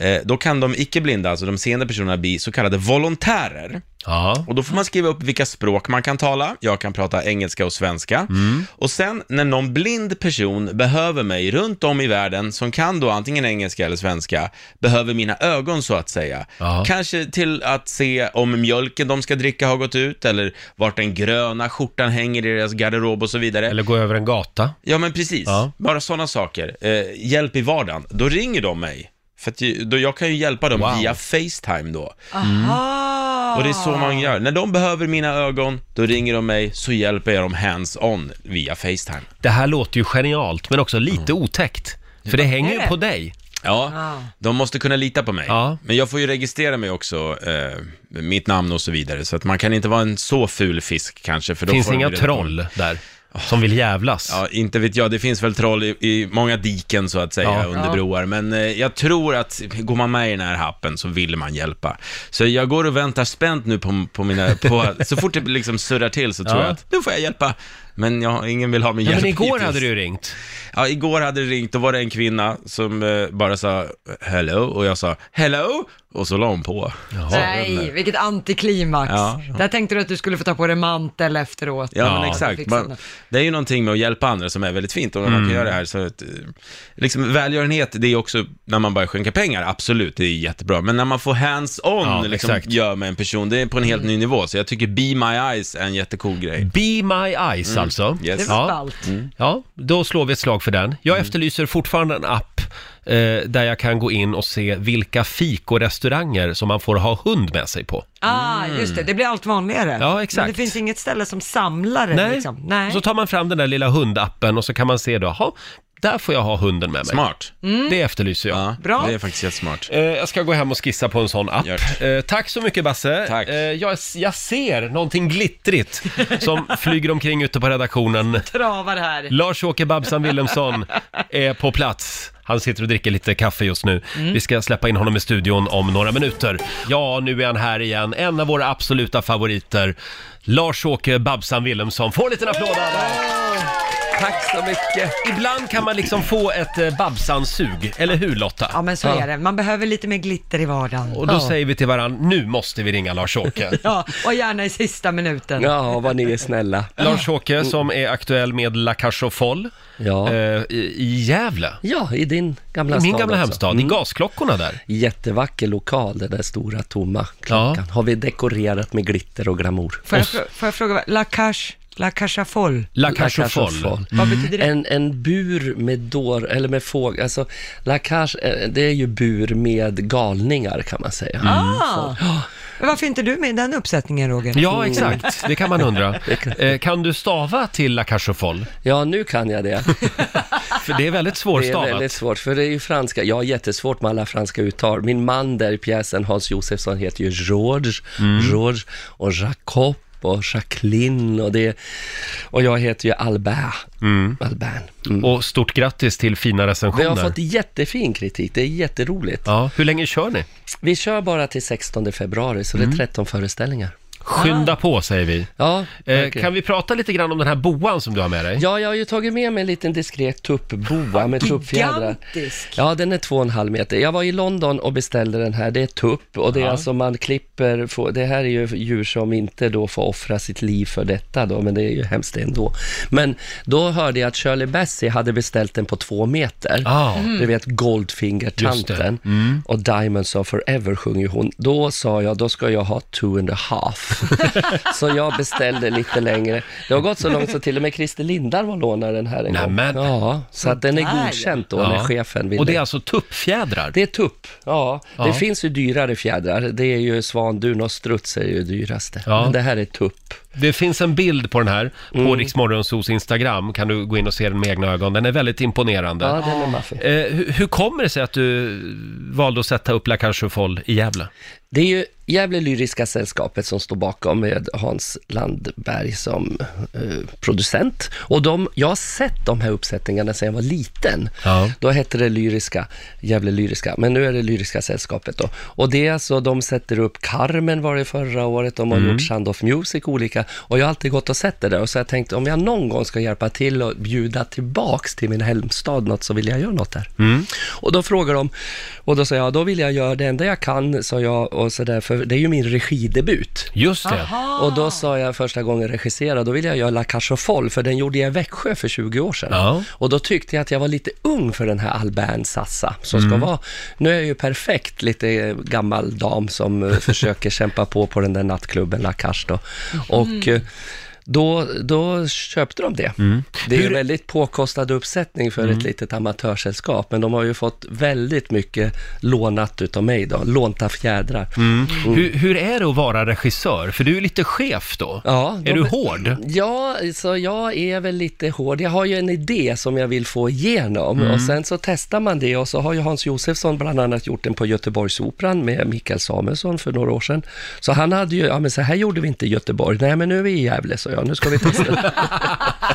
[SPEAKER 6] Eh, Då kan de icke-blinda, alltså de seende personerna, bli så kallade volontärer.
[SPEAKER 1] Ja.
[SPEAKER 6] Och då får man skriva upp vilka språk man kan tala. Jag kan prata engelska och svenska.
[SPEAKER 1] Mm.
[SPEAKER 6] Och sen när någon blind person behöver mig runt om i världen, som kan då antingen engelska eller svenska, behöver mina ögon så att säga.
[SPEAKER 1] Ja.
[SPEAKER 6] Kanske till att se om mjölken de ska dricka har gått ut, eller vart den gröna skjortan hänger i deras garderob och så vidare.
[SPEAKER 1] Eller gå över en gata.
[SPEAKER 6] Ja, men precis.
[SPEAKER 1] Ja.
[SPEAKER 6] Bara sådana saker. Eh, hjälp i vardagen. Då ringer de mig. För att ju, då, jag kan ju hjälpa dem
[SPEAKER 1] Wow.
[SPEAKER 6] via Facetime då.
[SPEAKER 2] Aha! Ah.
[SPEAKER 6] Och det är så
[SPEAKER 1] Ah.
[SPEAKER 6] man gör. När de behöver mina ögon, då ringer de mig, så hjälper jag dem hands-on via Facetime.
[SPEAKER 1] Det här låter ju genialt, men också lite
[SPEAKER 6] Mm.
[SPEAKER 1] otäckt. För det hänger ju på dig.
[SPEAKER 6] Ja,
[SPEAKER 2] Ah.
[SPEAKER 6] de måste kunna lita på mig.
[SPEAKER 1] Ja.
[SPEAKER 6] Men jag får ju registrera mig också, eh, mitt namn och så vidare. Så att man kan inte vara en så ful fisk kanske. För då
[SPEAKER 1] Finns
[SPEAKER 6] får de
[SPEAKER 1] inga
[SPEAKER 6] reda på-
[SPEAKER 1] troll där som vill jävlas?
[SPEAKER 6] Ja, inte vet jag. Det finns väl troll i, i många diken så att säga,
[SPEAKER 1] Ja.
[SPEAKER 6] under broar. Men eh, jag tror att går man med i den här appen så vill man hjälpa. Så jag går och väntar spänt nu på, på mina,
[SPEAKER 1] (laughs)
[SPEAKER 6] på, så fort det liksom surrar till så tror
[SPEAKER 1] Ja.
[SPEAKER 6] jag att nu får jag hjälpa. Men jag, ingen vill ha min
[SPEAKER 1] Ja,
[SPEAKER 6] hjälp
[SPEAKER 1] men igår
[SPEAKER 6] hittills.
[SPEAKER 1] hade du ju ringt.
[SPEAKER 6] Ja, igår hade det ringt, då var det en kvinna som eh, bara sa hello och jag sa hello och så la hon på.
[SPEAKER 2] Nej, vilket antiklimax.
[SPEAKER 6] Ja.
[SPEAKER 2] Där tänkte du att du skulle få ta på dig mantel efteråt.
[SPEAKER 6] Ja, men
[SPEAKER 1] Ja,
[SPEAKER 6] exakt.
[SPEAKER 2] fick
[SPEAKER 6] Man,
[SPEAKER 2] sådana.
[SPEAKER 6] det är ju någonting med att hjälpa andra som är väldigt fint och när
[SPEAKER 1] Mm.
[SPEAKER 6] man kan göra det här. Så att, eh, liksom, välgörenhet, det är också när man börjar skänka pengar, absolut, det är jättebra. Men när man får hands-on,
[SPEAKER 1] Ja,
[SPEAKER 6] liksom,
[SPEAKER 1] exakt.
[SPEAKER 6] gör med en person, det är på en helt ny nivå. Så jag tycker Be My Eyes är en jättecool grej.
[SPEAKER 1] Be My Eyes alltså.
[SPEAKER 6] Mm. Yes. Mm.
[SPEAKER 2] Det
[SPEAKER 1] Ja.
[SPEAKER 2] var ballt.
[SPEAKER 1] ja, då slår vi ett slag för den. Jag efterlyser fortfarande en app eh, där jag kan gå in och se vilka fik och restauranger som man får ha hund med sig på.
[SPEAKER 2] Ah,
[SPEAKER 6] Mm.
[SPEAKER 2] just det. Det blir allt vanligare.
[SPEAKER 1] Ja, exakt.
[SPEAKER 2] Men det finns inget ställe som samlar det,
[SPEAKER 1] Nej.
[SPEAKER 2] liksom. Nej.
[SPEAKER 1] så tar man fram den där lilla hundappen och så kan man se då, jaha, där får jag ha hunden med mig.
[SPEAKER 6] Smart.
[SPEAKER 2] Mm.
[SPEAKER 1] Det efterlyser jag.
[SPEAKER 6] Ja,
[SPEAKER 2] Bra.
[SPEAKER 6] Det är faktiskt jättesmart.
[SPEAKER 1] Eh, Jag ska gå hem och skissa på en sån app.
[SPEAKER 6] Gör
[SPEAKER 1] Eh, Tack så mycket Basse.
[SPEAKER 6] Tack.
[SPEAKER 1] Eh, Jag, jag ser någonting glittrigt
[SPEAKER 6] (laughs)
[SPEAKER 1] som flyger omkring ute på redaktionen.
[SPEAKER 2] Travar här.
[SPEAKER 1] Lars-Åke Babsan Wilhelmsson är på plats. Han sitter och dricker lite kaffe just nu.
[SPEAKER 2] Mm.
[SPEAKER 1] Vi ska släppa in honom i studion om några minuter. Ja, nu är han här igen. En av våra absoluta favoriter. Lars-Åke Babsan Wilhelmsson. Få en liten applåd av honom.
[SPEAKER 6] Tack så mycket.
[SPEAKER 1] Ibland kan man liksom få ett eh, Babsan-sug, eller hur Lotta?
[SPEAKER 2] Ja, men så är det. Man behöver lite mer glitter i vardagen.
[SPEAKER 1] Och då
[SPEAKER 2] ja.
[SPEAKER 1] säger vi till varandra, nu måste vi ringa Lars-Åke.
[SPEAKER 2] Ja, och gärna i sista minuten.
[SPEAKER 7] Ja, vad ni är snälla.
[SPEAKER 1] Lars-Åke som är aktuell med La Cage aux Folles
[SPEAKER 7] Ja.
[SPEAKER 1] eh, i, i Gävle.
[SPEAKER 7] Ja, i din gamla
[SPEAKER 1] I min
[SPEAKER 7] stad
[SPEAKER 1] gamla
[SPEAKER 7] också.
[SPEAKER 1] hemstad,
[SPEAKER 7] Mm.
[SPEAKER 1] i gasklockorna där.
[SPEAKER 7] Jättevacker lokal, den där stora tomma klockan. Har vi dekorerat med glitter och glamour.
[SPEAKER 2] Får, jag, fr- får jag fråga, vad- La Cache, La Cache à Folle,
[SPEAKER 1] La Cage
[SPEAKER 7] La
[SPEAKER 1] aux Folles.
[SPEAKER 7] Folle.
[SPEAKER 2] vad betyder det?
[SPEAKER 7] Mm. En, en bur med dår, eller med fågel, alltså la cage, eh, det är ju bur med galningar kan man säga.
[SPEAKER 1] Mm.
[SPEAKER 2] Ah. Men Varför är inte du med i den uppsättningen Roger?
[SPEAKER 1] Ja, exakt. Det kan man undra. Eh, kan du stava till La Cage aux Folles?
[SPEAKER 7] Ja, nu kan jag det.
[SPEAKER 1] För det är väldigt
[SPEAKER 7] Det är
[SPEAKER 1] svårstavat.
[SPEAKER 7] väldigt svårt, för det är ju franska. Jag har jättesvårt med alla franska uttal.
[SPEAKER 1] Mm.
[SPEAKER 7] Min man där i pjäsen, Hans Josefsson, heter ju George, George och Jacob och Jacqueline och det. Och jag heter ju Albert.
[SPEAKER 1] Mm.
[SPEAKER 7] Albert.
[SPEAKER 1] Och stort grattis till fina
[SPEAKER 7] Det
[SPEAKER 1] recensioner.
[SPEAKER 7] har fått jättefin kritik, det är jätteroligt.
[SPEAKER 1] Ja, hur länge kör ni?
[SPEAKER 7] Vi kör bara till 16 februari, så det
[SPEAKER 1] Mm.
[SPEAKER 7] är 13 föreställningar.
[SPEAKER 1] Skynda på säger vi.
[SPEAKER 7] Ja,
[SPEAKER 1] Eh,
[SPEAKER 7] verkligen.
[SPEAKER 1] kan vi prata lite grann om den här boan som du har med dig?
[SPEAKER 7] Ja, jag har ju tagit med mig en liten diskret tuppboa med tuppfjädrar.
[SPEAKER 2] Gigantisk.
[SPEAKER 7] Ja, den är två och en halv meter. Jag var i London och beställde den här. Det är tupp och det är alltså man klipper, får, det här är ju djur som inte då får offra sitt liv för detta då, men det är ju hemskt ändå. Men då hörde jag att Shirley Bassey hade beställt den på två meter.
[SPEAKER 1] Ah.
[SPEAKER 7] Du vet Goldfinger-tanten
[SPEAKER 1] Mm.
[SPEAKER 7] och Diamonds of Forever sjunger ju hon. Då sa jag, då ska jag ha two and a half.
[SPEAKER 1] (laughs)
[SPEAKER 7] så jag beställde lite längre. Det har gått så långt så till och med Christer Lindar var lånad den här en gång.
[SPEAKER 1] Nämen.
[SPEAKER 7] Ja, så att den
[SPEAKER 2] Sådär, ja.
[SPEAKER 7] är godkänt då när chefen ville.
[SPEAKER 1] Och det är alltså tuppfjädrar?
[SPEAKER 7] Det är tupp, ja.
[SPEAKER 1] Ja.
[SPEAKER 7] Det finns ju dyrare fjädrar. Det är ju svandun och struts är ju dyraste.
[SPEAKER 1] Ja.
[SPEAKER 7] Men det här är tupp.
[SPEAKER 1] Det finns en bild på den här på mm. Riksmorgonsos Instagram. Kan du gå in och se den med egna ögon. Den är väldigt imponerande.
[SPEAKER 7] Ja, den är maffig.
[SPEAKER 1] Eh, hur, hur kommer det sig att du valde att sätta upp La Cage aux Folles i Gävle?
[SPEAKER 7] Det är ju Gävle Lyriska Sällskapet som står bakom med Hans Landberg som eh, producent. Och de, jag har sett de här uppsättningarna sedan jag var liten.
[SPEAKER 1] Ja.
[SPEAKER 7] Då hette det Lyriska, Gävle Lyriska, men nu är det Lyriska Sällskapet då. Och det är alltså, de sätter upp Carmen var det förra året, de har gjort Sound of Music olika. Och jag har alltid gått och sett det där och så har jag tänkt om jag någon gång ska hjälpa till och bjuda tillbaks till min hemstad något så vill jag göra något där. Och då frågar de, och då sa jag, då vill jag göra det enda jag kan, sa jag, och så där, för det är ju min regidebut.
[SPEAKER 1] Just det.
[SPEAKER 7] Och då sa jag första gången regissera, då ville jag göra La Cage aux Folles, för den gjorde jag i Växjö för 20 år sedan.
[SPEAKER 1] Ja.
[SPEAKER 7] Och då tyckte jag att jag var lite ung för den här Albern Sassa, som ska vara, nu är jag ju perfekt lite gammal dam som eh, försöker kämpa på på den där nattklubben La Cage då. Och eh, då, då köpte de det. Det är ju en väldigt påkostad uppsättning för ett litet amatörsällskap, men de har ju fått väldigt mycket lånat utav mig då, lånta fjädrar.
[SPEAKER 1] Mm.
[SPEAKER 7] Mm.
[SPEAKER 1] Hur, hur är det att vara regissör? För du är lite chef då.
[SPEAKER 7] Ja,
[SPEAKER 1] är
[SPEAKER 7] de-
[SPEAKER 1] du hård?
[SPEAKER 7] Ja, så jag är väl lite hård. Jag har ju en idé som jag vill få igenom och sen så testar man det och så har ju Hans Josefsson bland annat gjort den på Göteborgsoperan med Mikael Samuelsson för några år sedan. Så han hade ju, ja men så här gjorde vi inte i Göteborg. Nej, men nu är vi i Gävle, så jag. Nu ska vi testa.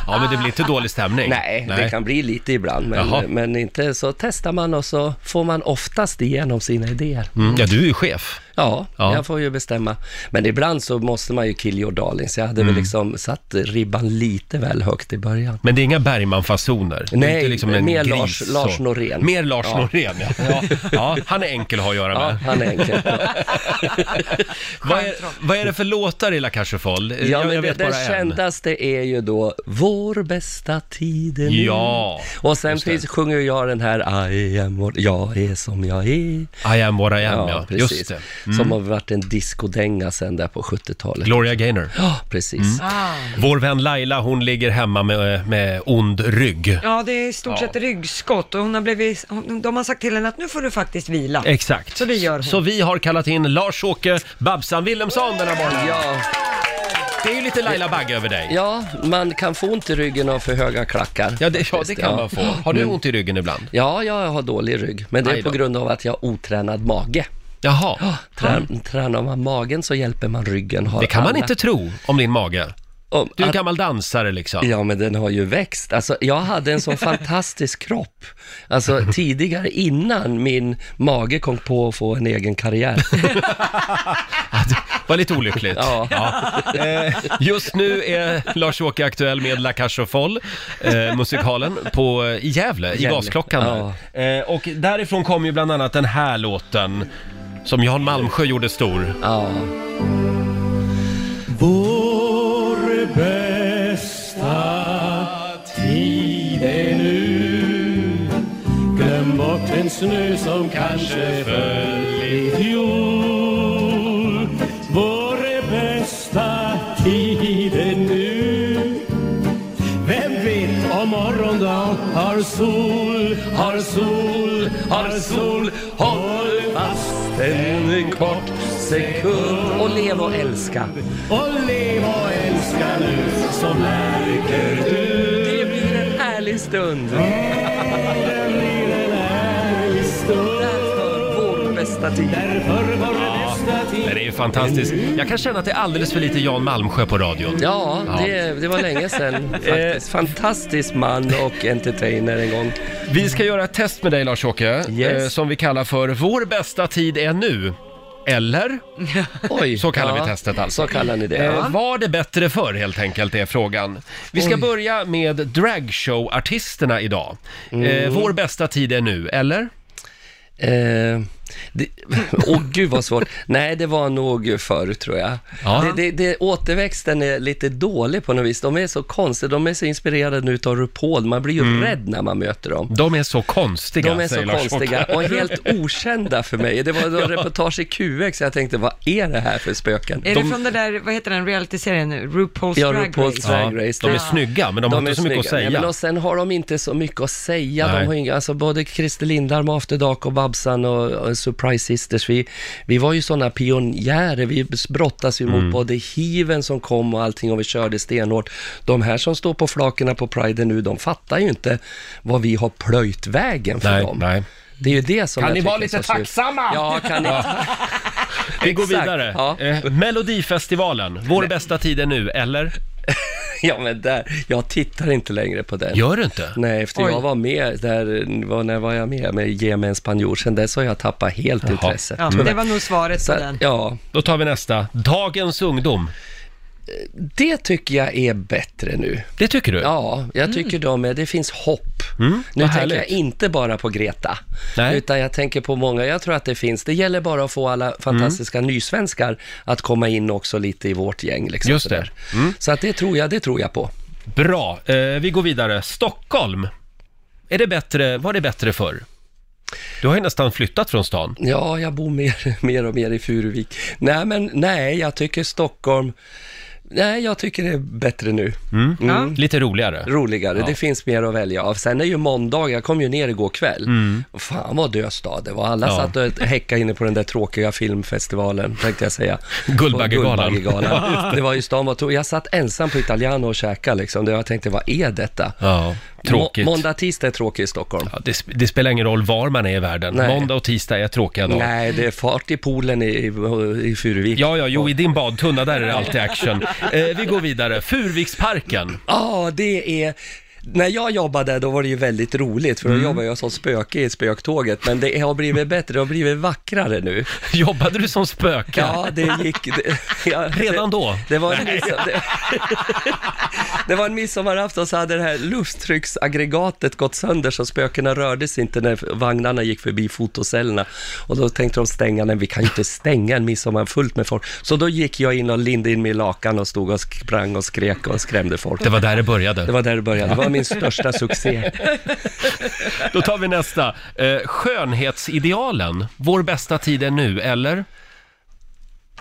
[SPEAKER 1] Ja, men det blir inte dålig stämning.
[SPEAKER 7] Nej, det kan bli lite ibland,
[SPEAKER 1] Jaha.
[SPEAKER 7] men, men inte. Så testar man och så får man oftast igenom sina idéer.
[SPEAKER 1] Mm, ja, du är ju chef.
[SPEAKER 7] Ja,
[SPEAKER 1] Ja.
[SPEAKER 7] jag får ju bestämma. Men ibland så måste man ju kill your darlings. Jag hade väl liksom satt ribban lite väl högt i början.
[SPEAKER 1] Men det är inga Bergman-fasoner? Det är
[SPEAKER 7] Nej,
[SPEAKER 1] inte liksom en
[SPEAKER 7] mer
[SPEAKER 1] gris
[SPEAKER 7] Lars-
[SPEAKER 1] så.
[SPEAKER 7] Lars Norén.
[SPEAKER 1] Mer Lars
[SPEAKER 7] Ja.
[SPEAKER 1] Norén, ja. Ja. ja. Han är enkel att ha att göra
[SPEAKER 7] Ja,
[SPEAKER 1] med.
[SPEAKER 7] han är
[SPEAKER 1] (laughs)
[SPEAKER 7] enkel.
[SPEAKER 1] Vad är, vad är det för låtar i La Cage aux Folles?
[SPEAKER 7] Ja,
[SPEAKER 1] jag, jag
[SPEAKER 7] men
[SPEAKER 1] vet
[SPEAKER 7] det, den
[SPEAKER 1] bara en.
[SPEAKER 7] kändaste är ju då Vår bästa tid är nu.
[SPEAKER 1] Ja,
[SPEAKER 7] Och sen
[SPEAKER 1] just det.
[SPEAKER 7] finns, sjunger jag den här I am what, jag är som jag är.
[SPEAKER 1] I am what I am, ja. Just det. Mm.
[SPEAKER 7] Som har varit en discodänga sen där på 70-talet.
[SPEAKER 1] Gloria Gaynor.
[SPEAKER 7] ja, precis.
[SPEAKER 1] Mm. Vår vän Laila, hon ligger hemma med, med ond rygg.
[SPEAKER 2] Ja, det är i stort sett ryggskott och hon har blivit, hon- de har sagt till henne att nu får du faktiskt vila.
[SPEAKER 1] Exakt.
[SPEAKER 2] Så det gör hon.
[SPEAKER 1] Så vi har kallat in Lars-Åke Babsan Wilhelmsson den här morgonen.
[SPEAKER 7] Ja,
[SPEAKER 1] Det är ju lite Laila Bagge över dig.
[SPEAKER 7] ja, man kan få ont i ryggen av för höga
[SPEAKER 1] Ja,
[SPEAKER 7] klackar.
[SPEAKER 1] det, ja, det
[SPEAKER 7] faktiskt,
[SPEAKER 1] kan
[SPEAKER 7] ja.
[SPEAKER 1] man få. Har du ont i ryggen ibland?
[SPEAKER 7] Ja, jag har dålig rygg, men det
[SPEAKER 1] Aj
[SPEAKER 7] är
[SPEAKER 1] då.
[SPEAKER 7] på grund av att jag har otränad mage.
[SPEAKER 1] Jaha.
[SPEAKER 7] Trän, Tränar man magen så hjälper man ryggen. har
[SPEAKER 1] Det kan man
[SPEAKER 7] alla-
[SPEAKER 1] inte tro om din mage.
[SPEAKER 7] Om
[SPEAKER 1] Du är
[SPEAKER 7] att-
[SPEAKER 1] gammal dansare liksom.
[SPEAKER 7] Ja, men den har ju växt. Alltså, jag hade en sån fantastisk kropp. Alltså, tidigare, innan min mage kom på att få en egen karriär.
[SPEAKER 1] Var lite olyckligt.
[SPEAKER 7] (laughs) Ja.
[SPEAKER 1] Eh, Just nu är Lars-Åke aktuell med La Cage aux Folles, eh, musikalen, på, eh, i Gävle, i
[SPEAKER 7] Gävle.
[SPEAKER 1] Gasklockan. där. Eh, och därifrån kom ju bland annat den här låten som Jan Malmsjö gjorde stor.
[SPEAKER 7] Ja.
[SPEAKER 3] Vår bästa tid är nu Glöm bort den snö som kanske föll i fjol Vår bästa tid är nu Vem vet om morgondagen har sol, har sol, har sol Håll fast en kort sekund
[SPEAKER 7] Och leva och älska.
[SPEAKER 3] och lev och älska nu så märker du
[SPEAKER 7] Det blir en härlig stund.
[SPEAKER 3] den blir en härlig stund.
[SPEAKER 7] Därför vår bästa tid.
[SPEAKER 3] Därför var det bästa
[SPEAKER 1] Nej, Det är ju fantastiskt. Jag kan känna att det är alldeles för lite Jan Malmsjö på radion.
[SPEAKER 7] Ja,
[SPEAKER 1] Ja. Eh.
[SPEAKER 7] det, det var
[SPEAKER 1] (laughs)
[SPEAKER 7] länge sedan faktiskt. Fantastisk man och entertainer en gång.
[SPEAKER 1] Vi ska göra ett test med dig Lars-Åke,
[SPEAKER 7] Yes.
[SPEAKER 1] eh, som vi kallar för Vår bästa tid är nu. Eller?
[SPEAKER 7] (laughs) Oj,
[SPEAKER 1] Så kallar
[SPEAKER 7] ja,
[SPEAKER 1] vi testet alltså.
[SPEAKER 7] Så kallar ni det.
[SPEAKER 1] Eh,
[SPEAKER 7] Ja.
[SPEAKER 1] var det bättre förr helt enkelt är frågan. Vi ska börja med dragshowartisterna idag.
[SPEAKER 7] Mm.
[SPEAKER 1] Eh, vår bästa tid är nu, eller?
[SPEAKER 7] Eh, det- (laughs) Åh gud vad svårt. Nej, det var nog förr tror jag.
[SPEAKER 1] Ja.
[SPEAKER 7] Det, det, det, återväxten är lite dålig på något vis. De är så konstiga, de är så inspirerade nu utav RuPaul. Man blir ju rädd när man möter dem.
[SPEAKER 1] De är så konstiga,
[SPEAKER 7] De är
[SPEAKER 1] Mm. säger
[SPEAKER 7] så
[SPEAKER 1] Lars-Åke.
[SPEAKER 7] konstiga och helt okända för
[SPEAKER 1] (laughs)
[SPEAKER 7] mig. Det var en reportage i QX, jag tänkte vad är det här för spöken?
[SPEAKER 2] Är
[SPEAKER 7] de,
[SPEAKER 2] det från den där, vad heter den realityserien nu? RuPaul's
[SPEAKER 7] Ja,
[SPEAKER 2] Drag
[SPEAKER 7] RuPaul's
[SPEAKER 2] Race?
[SPEAKER 1] Ja,
[SPEAKER 7] Drag Race,
[SPEAKER 1] de är
[SPEAKER 7] det-
[SPEAKER 1] snygga, men de, har
[SPEAKER 7] är
[SPEAKER 1] inte så mycket att
[SPEAKER 7] snygga.
[SPEAKER 1] säga.
[SPEAKER 7] Nej, men och sen har de inte så mycket att säga.
[SPEAKER 1] Nej.
[SPEAKER 7] De har ju inga, alltså både Kristel Lindar, After Dark och Babsan och, och Surprise Sisters, vi, vi var ju sådana pionjärer. Vi brottas ju
[SPEAKER 1] Mm.
[SPEAKER 7] mot både hiven som kom och allting och vi körde stenhårt. De här som står på flakerna på Pride nu, de fattar ju inte vad vi har plöjt vägen för
[SPEAKER 1] Nej,
[SPEAKER 7] dem.
[SPEAKER 1] nej.
[SPEAKER 7] Det är ju det som
[SPEAKER 1] Kan
[SPEAKER 7] jag
[SPEAKER 1] ni
[SPEAKER 7] tycker
[SPEAKER 1] vara
[SPEAKER 7] är
[SPEAKER 1] lite
[SPEAKER 7] så surt.
[SPEAKER 1] tacksamma?
[SPEAKER 7] Ja, kan ni? (laughs)
[SPEAKER 1] Vi går
[SPEAKER 7] Exakt,
[SPEAKER 1] vidare.
[SPEAKER 7] ja.
[SPEAKER 1] Eh, Melodifestivalen, vår bästa tid är nu, eller?
[SPEAKER 7] ja, men där. Jag tittar inte längre på den.
[SPEAKER 1] Gör du inte?
[SPEAKER 7] Nej, efter jag var med där, var, när var jag med med Ge mig en spanjor, sen dess har jag tappat helt intresset.
[SPEAKER 2] Ja,
[SPEAKER 7] tyvärr.
[SPEAKER 2] det var nog svaret
[SPEAKER 7] Mm. Så,
[SPEAKER 2] på
[SPEAKER 7] att,
[SPEAKER 2] den.
[SPEAKER 7] ja,
[SPEAKER 1] Då tar vi nästa. Dagens ungdom.
[SPEAKER 7] det tycker jag är bättre nu.
[SPEAKER 1] Det tycker du?
[SPEAKER 7] Ja,
[SPEAKER 2] Mm.
[SPEAKER 7] jag tycker de är, det finns hopp. nu
[SPEAKER 1] Mm, vad
[SPEAKER 7] tänker jag
[SPEAKER 1] härligt.
[SPEAKER 7] inte bara på Greta,
[SPEAKER 1] Nej.
[SPEAKER 7] utan jag tänker på många. Jag tror att det finns, det gäller bara att få alla fantastiska
[SPEAKER 1] Mm.
[SPEAKER 7] nysvenskar att komma in också lite i vårt gäng. Liksom,
[SPEAKER 1] Just det. Mm.
[SPEAKER 7] sådär. Så att det tror jag, det tror jag på.
[SPEAKER 1] Bra, eh, vi går vidare. Stockholm. Är det bättre, var det bättre förr? Du har ju nästan flyttat från stan.
[SPEAKER 7] Ja, jag bor mer, (laughs) mer och mer i Furuvik. Nej, men nej, jag tycker Stockholm... Nej, jag tycker det är bättre nu.
[SPEAKER 1] Mm.
[SPEAKER 7] Mm.
[SPEAKER 2] Ja.
[SPEAKER 1] Lite roligare.
[SPEAKER 7] Roligare, det finns mer att välja av. Sen är ju måndag, jag kom ju ner igår kväll. Och Fan vad dös dag det var. Alla
[SPEAKER 1] Mm. Ja.
[SPEAKER 7] satt och häckade inne på den där tråkiga filmfestivalen, tänkte jag säga.
[SPEAKER 1] (laughs) Guldbaggegalan. (laughs)
[SPEAKER 7] Och Guldbaggegalan. det var ju stan var tom. Jag satt ensam på Italiano och käkade liksom. Jag tänkte, vad är detta?
[SPEAKER 1] Ja, tråkigt.
[SPEAKER 7] Må- måndag, tisdag är tråkigt i Stockholm.
[SPEAKER 1] Ja, det, sp- det spelar ingen roll var man är i världen.
[SPEAKER 7] Nej.
[SPEAKER 1] Måndag och tisdag är tråkiga dagar.
[SPEAKER 7] Nej, det är fart i poolen i, i, i Furuvik.
[SPEAKER 1] Ja, ja, jo, i din badtunna där är det alltid action. Eh, vi går vidare. Furviksparken.
[SPEAKER 7] Ja, det är... När jag jobbade där, då var det ju väldigt roligt,
[SPEAKER 1] Mm.
[SPEAKER 7] för då jobbade jag som spöke i spöktåget, men det har blivit bättre, det har blivit vackrare nu.
[SPEAKER 1] Jobbade du som spöke?
[SPEAKER 7] Ja, det gick... Det, ja,
[SPEAKER 1] Redan
[SPEAKER 7] det,
[SPEAKER 1] då?
[SPEAKER 7] Det var, en midsom, det, det var en midsommarafton så hade det här lufttrycksaggregatet gått sönder så spökena rördes inte när vagnarna gick förbi fotocellerna. Och då tänkte de stänga den, vi kan ju inte stänga en midsommar fullt med folk. Så då gick jag in och lindade in mig i lakan och stod och sprang och skrek och skrämde folk.
[SPEAKER 1] Det var där det började.
[SPEAKER 7] Det var där det började. Det var min största succé.
[SPEAKER 1] Då tar vi nästa. Eh, skönhetsidealen. Vår bästa tid är nu, eller?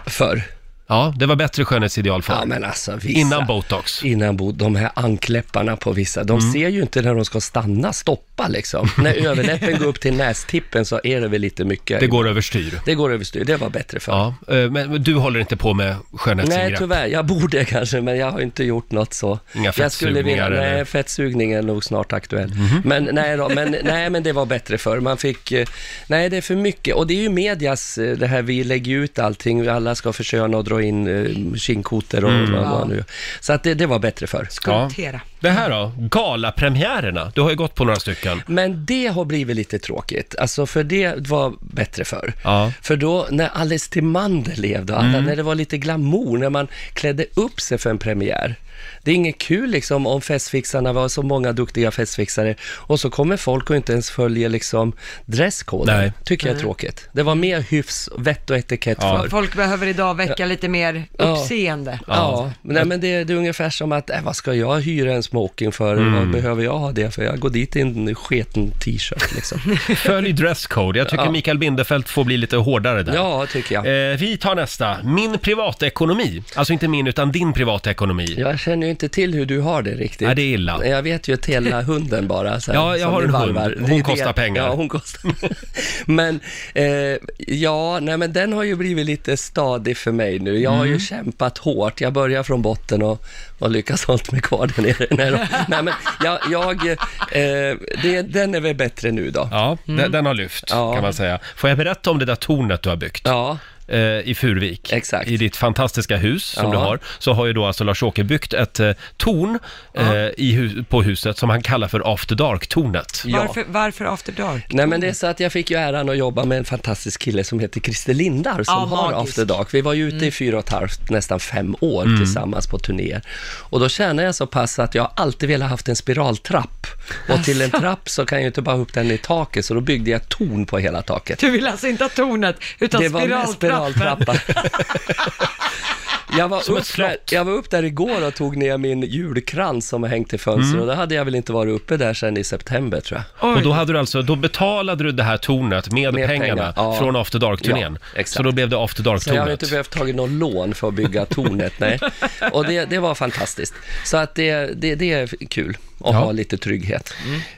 [SPEAKER 7] Förr.
[SPEAKER 1] Ja, det var bättre skönhetsideal förr.
[SPEAKER 7] Ja, men alltså, vissa,
[SPEAKER 1] Innan botox. Mm.
[SPEAKER 7] Innan bo, de här ankläpparna på vissa, de ser ju inte när de ska stanna, stoppa liksom. När överläppen går upp till nästippen så är det väl lite mycket.
[SPEAKER 1] Det går överstyr.
[SPEAKER 7] det går överstyr. Det var bättre förr.
[SPEAKER 1] Ja, eh, men du håller inte på med
[SPEAKER 7] Nej,
[SPEAKER 1] skönhetsingrepp?
[SPEAKER 7] tyvärr. Jag borde kanske, men jag har inte gjort något så.
[SPEAKER 1] Inga
[SPEAKER 7] jag skulle vilja,
[SPEAKER 1] fettsugningar eller? Mhm.
[SPEAKER 7] Nej, fettsugning är nog snart aktuell. Men, nej då,
[SPEAKER 1] (laughs)
[SPEAKER 7] men, nej, men det var bättre förr. Man fick... eh, Nej, det är för mycket. Och det är ju medias, eh, det här vi lägger ut allting. Alla ska försköna och dra in eh, kinnkotor och
[SPEAKER 1] Mm.
[SPEAKER 7] vad vad nu. Så att det, det var bättre förr.
[SPEAKER 2] Skulptera.
[SPEAKER 1] Det här då? Galapremiärerna. Du har ju gått på några
[SPEAKER 7] (laughs)
[SPEAKER 1] stycken.
[SPEAKER 7] Men det har blivit lite tråkigt, alltså för det var bättre förr.
[SPEAKER 1] Ja. Mm.
[SPEAKER 7] För då när Alice Timander levde och alla, när det var lite glamour, när man klädde upp sig för en premiär. Det är inget kul liksom om festfixarna var så många duktiga festfixare och så kommer folk och inte ens följer liksom dresskoden.
[SPEAKER 1] Nej.
[SPEAKER 7] Tycker jag är tråkigt. Det var mer hyfs, vett och etikett
[SPEAKER 1] Ja.
[SPEAKER 7] förr.
[SPEAKER 2] Folk behöver idag väcka lite mer
[SPEAKER 7] Ja.
[SPEAKER 2] uppseende.
[SPEAKER 7] Ja, men, nej, men det, det är ungefär som att, äh, vad ska jag hyra en smoking för?
[SPEAKER 1] Mm.
[SPEAKER 7] Vad behöver jag ha det för? Jag går dit i en sketen t-shirt liksom.
[SPEAKER 1] (laughs) Följ dresscode. Jag tycker
[SPEAKER 7] Ja.
[SPEAKER 1] Mikael Bindefeld får bli lite hårdare där.
[SPEAKER 7] ja, tycker jag.
[SPEAKER 1] Eh, vi tar nästa. Min privatekonomi. Alltså inte min, utan din privatekonomi. Ja,
[SPEAKER 7] Jag känner ju inte till hur du har det riktigt.
[SPEAKER 1] Nej, det är illa.
[SPEAKER 7] Jag vet ju Tella hunden bara. Så här,
[SPEAKER 1] Ja, jag
[SPEAKER 7] som
[SPEAKER 1] har
[SPEAKER 7] vi
[SPEAKER 1] en hund.
[SPEAKER 7] varvar.
[SPEAKER 1] Hon
[SPEAKER 7] Det är
[SPEAKER 1] kostar
[SPEAKER 7] det.
[SPEAKER 1] pengar.
[SPEAKER 7] Ja, hon kostar. (laughs) men, eh, ja, nej men den har ju blivit lite stadig för mig nu. Jag har
[SPEAKER 1] Mm.
[SPEAKER 7] ju kämpat hårt. Jag börjar från botten och, och lyckas hållt mig kvar där nere. Nej, då. nej men jag, jag eh, det, den är väl bättre nu då.
[SPEAKER 1] den, den har lyft,
[SPEAKER 7] Mm. Ja.
[SPEAKER 1] kan man säga. Får jag berätta om det där tornet du har byggt?
[SPEAKER 7] Ja,
[SPEAKER 1] eh, i Furvik,
[SPEAKER 7] Exakt.
[SPEAKER 1] i ditt fantastiska hus som
[SPEAKER 7] Ja.
[SPEAKER 1] du har, så har ju då alltså Lars-Åke byggt ett eh, torn eh, i hu- på huset som han kallar för After Dark-tornet.
[SPEAKER 2] Varför, varför After Dark?
[SPEAKER 7] Nej men det är så att jag fick ju äran att jobba med en fantastisk kille som heter Christer Lindar som
[SPEAKER 2] Ja,
[SPEAKER 7] har
[SPEAKER 2] magisk.
[SPEAKER 7] After Dark. Vi var ju ute
[SPEAKER 1] Mm.
[SPEAKER 7] i fyra och ett halvt, nästan fem år tillsammans på turnéer. Och då tjänade jag så pass att jag har alltid velat haft en spiraltrapp. Och till
[SPEAKER 1] Alltså.
[SPEAKER 7] en trapp så kan jag ju inte bara ha upp den i taket så då byggde jag ett torn på hela taket.
[SPEAKER 1] Typ
[SPEAKER 2] Du vill alltså inte ha tornet, utan
[SPEAKER 7] Det var med
[SPEAKER 2] spiraltrappen.
[SPEAKER 1] (laughs)
[SPEAKER 7] spiraltrappa. Jag var,
[SPEAKER 1] Som ett
[SPEAKER 7] upp där,
[SPEAKER 1] slott.
[SPEAKER 7] jag var upp där igår och tog ner min julkrans som har hängt i fönstret
[SPEAKER 1] Mm.
[SPEAKER 7] och då hade jag väl inte varit uppe där sedan i september tror jag.
[SPEAKER 1] Och då, hade du alltså, då betalade du det här tornet med,
[SPEAKER 7] Med
[SPEAKER 1] pengarna
[SPEAKER 7] pengar, ja.
[SPEAKER 1] från After Dark-turnén.
[SPEAKER 7] Ja, exakt.
[SPEAKER 1] så då blev det After
[SPEAKER 7] Så jag har inte
[SPEAKER 1] Dark-tornet.
[SPEAKER 7] behövt tagit någon lån för att bygga tornet, nej. Och det, det var fantastiskt. Så att det, det, det är kul att ha lite trygghet.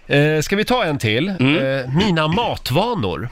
[SPEAKER 1] Eh, ska vi ta en till?
[SPEAKER 7] Mm.
[SPEAKER 1] Eh, mina matvanor.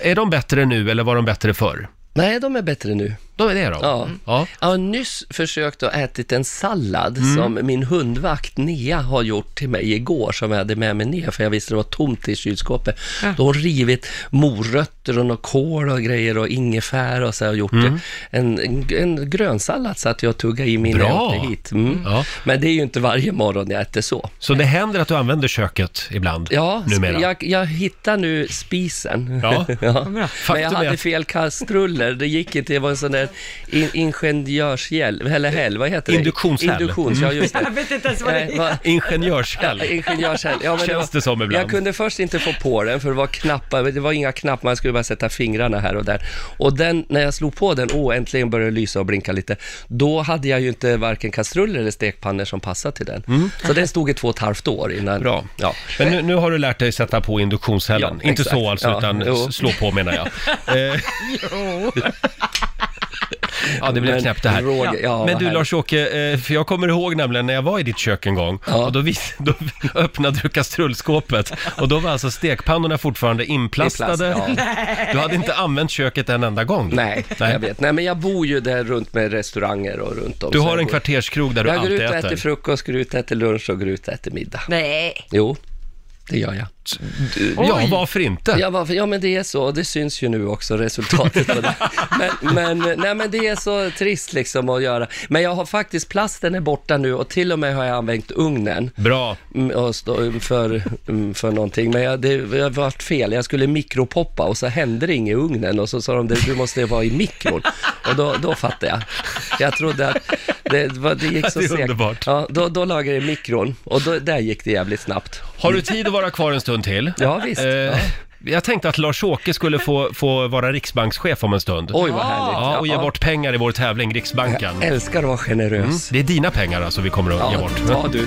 [SPEAKER 1] Är de bättre nu eller var de bättre förr?
[SPEAKER 7] Nej, de är bättre nu.
[SPEAKER 1] De är det då?
[SPEAKER 7] Ja.
[SPEAKER 1] ja.
[SPEAKER 7] Mm.
[SPEAKER 1] Mm.
[SPEAKER 7] Jag har nyss försökt att ätit en sallad som min hundvakt Nia har gjort till mig igår, som jag hade med mig ner, för jag visste det var tomt i kylskåpet. Då har hon rivit morötter och något kål och grejer och ingefära och så här och gjort
[SPEAKER 1] Mm.
[SPEAKER 7] det. En, en, en grönsallad så att jag tuggade i min när jag
[SPEAKER 1] Bra.
[SPEAKER 7] åkte hit. Mm.
[SPEAKER 1] Ja.
[SPEAKER 7] Men det är ju inte varje morgon jag äter så.
[SPEAKER 1] Så det händer att du använder köket ibland
[SPEAKER 7] Ja, sp-
[SPEAKER 1] numera?
[SPEAKER 7] jag, jag hittar nu spisen. (laughs)
[SPEAKER 1] Ja.
[SPEAKER 7] Men jag
[SPEAKER 1] Faktum är
[SPEAKER 7] hade
[SPEAKER 1] att-
[SPEAKER 7] fel kastruller, det gick inte. Det var en sån där in, ingenjörshjälm, eller häll, vad heter det?
[SPEAKER 1] Induktionshäll.
[SPEAKER 7] Induktions, ja
[SPEAKER 2] (laughs)
[SPEAKER 7] just
[SPEAKER 2] Jag
[SPEAKER 7] det.
[SPEAKER 2] vet inte ens vad det
[SPEAKER 7] Eh,
[SPEAKER 2] är.
[SPEAKER 7] va-
[SPEAKER 1] Ingenjörshäll.
[SPEAKER 7] Ja, Ingenjörshäll. Ja, men
[SPEAKER 1] Känns det som ibland.
[SPEAKER 7] Jag kunde först inte få på den för det var knappar, det var inga knappar, man skulle bara sätta fingrarna här och där. Och den, när jag slog på den, åh, äntligen började det lysa och blinka lite, då hade jag ju inte varken kastruller eller stekpannor som passade till den. Så den stod i två och ett halvt år innan.
[SPEAKER 1] Mm. Bra.
[SPEAKER 7] Ja.
[SPEAKER 1] Men nu, nu har du lärt dig sätta på induktionshällen.
[SPEAKER 7] Ja,
[SPEAKER 1] Inte
[SPEAKER 7] exakt.
[SPEAKER 1] så alltså,
[SPEAKER 7] Ja,
[SPEAKER 1] utan
[SPEAKER 7] jo.
[SPEAKER 1] s- slå på menar
[SPEAKER 7] (laughs)
[SPEAKER 1] jag. Eh, ja, det blev
[SPEAKER 7] Men
[SPEAKER 1] knäppt det här.
[SPEAKER 7] Roger,
[SPEAKER 1] Men
[SPEAKER 7] ja, vad
[SPEAKER 1] du
[SPEAKER 7] härligt.
[SPEAKER 1] Lars-Åke, eh, för jag kommer ihåg nämligen när jag var i ditt kök en gång
[SPEAKER 7] Ja.
[SPEAKER 1] och då, vis, (laughs) då öppnade du kastrullskåpet och då var alltså stekpannorna fortfarande inplastade.
[SPEAKER 7] ja.
[SPEAKER 1] Du hade inte använt köket en enda gång. (laughs)
[SPEAKER 7] Nej, jag vet. Nej, men jag bor ju där runt med restauranger och runt om.
[SPEAKER 1] Du
[SPEAKER 7] så
[SPEAKER 1] har
[SPEAKER 7] jag
[SPEAKER 1] en
[SPEAKER 7] går-
[SPEAKER 1] kvarterskrog där du
[SPEAKER 7] Jag går
[SPEAKER 1] alltid
[SPEAKER 7] ut och
[SPEAKER 1] äter.
[SPEAKER 7] äter frukost, går ut och äter lunch och går ut och äter middag.
[SPEAKER 2] Nej.
[SPEAKER 7] Jo, det gör jag.
[SPEAKER 1] Ja, varför inte?
[SPEAKER 7] Ja, varför? ja, men det är så. Det syns ju nu också resultatet
[SPEAKER 1] (laughs)
[SPEAKER 7] på det. Men, men, nej, men det är så trist liksom att göra. Men jag har faktiskt, plasten är borta nu och till och med har jag använt ugnen.
[SPEAKER 1] Bra.
[SPEAKER 7] Mm, och stå- för, mm, för någonting, men jag, det det har varit fel. Jag skulle mikropoppa och så hände det inget i ugnen och så sa de du måste vara i mikron. Och då, då fattade jag. Jag trodde att det, var- det gick så
[SPEAKER 1] Det är
[SPEAKER 7] segt.
[SPEAKER 1] underbart.
[SPEAKER 7] Ja, då, då lagade jag i mikron och då, där gick det jävligt snabbt.
[SPEAKER 1] Har du tid att vara kvar en stund till?
[SPEAKER 7] Ja, visst.
[SPEAKER 1] Eh,
[SPEAKER 7] Ja.
[SPEAKER 1] Jag tänkte att Lars-Åke skulle få, få vara riksbankschef om en stund.
[SPEAKER 7] Oj, vad härligt.
[SPEAKER 1] Ja, och ge bort pengar i vår tävling Riksbanken.
[SPEAKER 7] Älskar att vara generös.
[SPEAKER 1] Det är dina pengar alltså vi kommer att ge
[SPEAKER 7] Ja,
[SPEAKER 1] bort.
[SPEAKER 7] ja, du.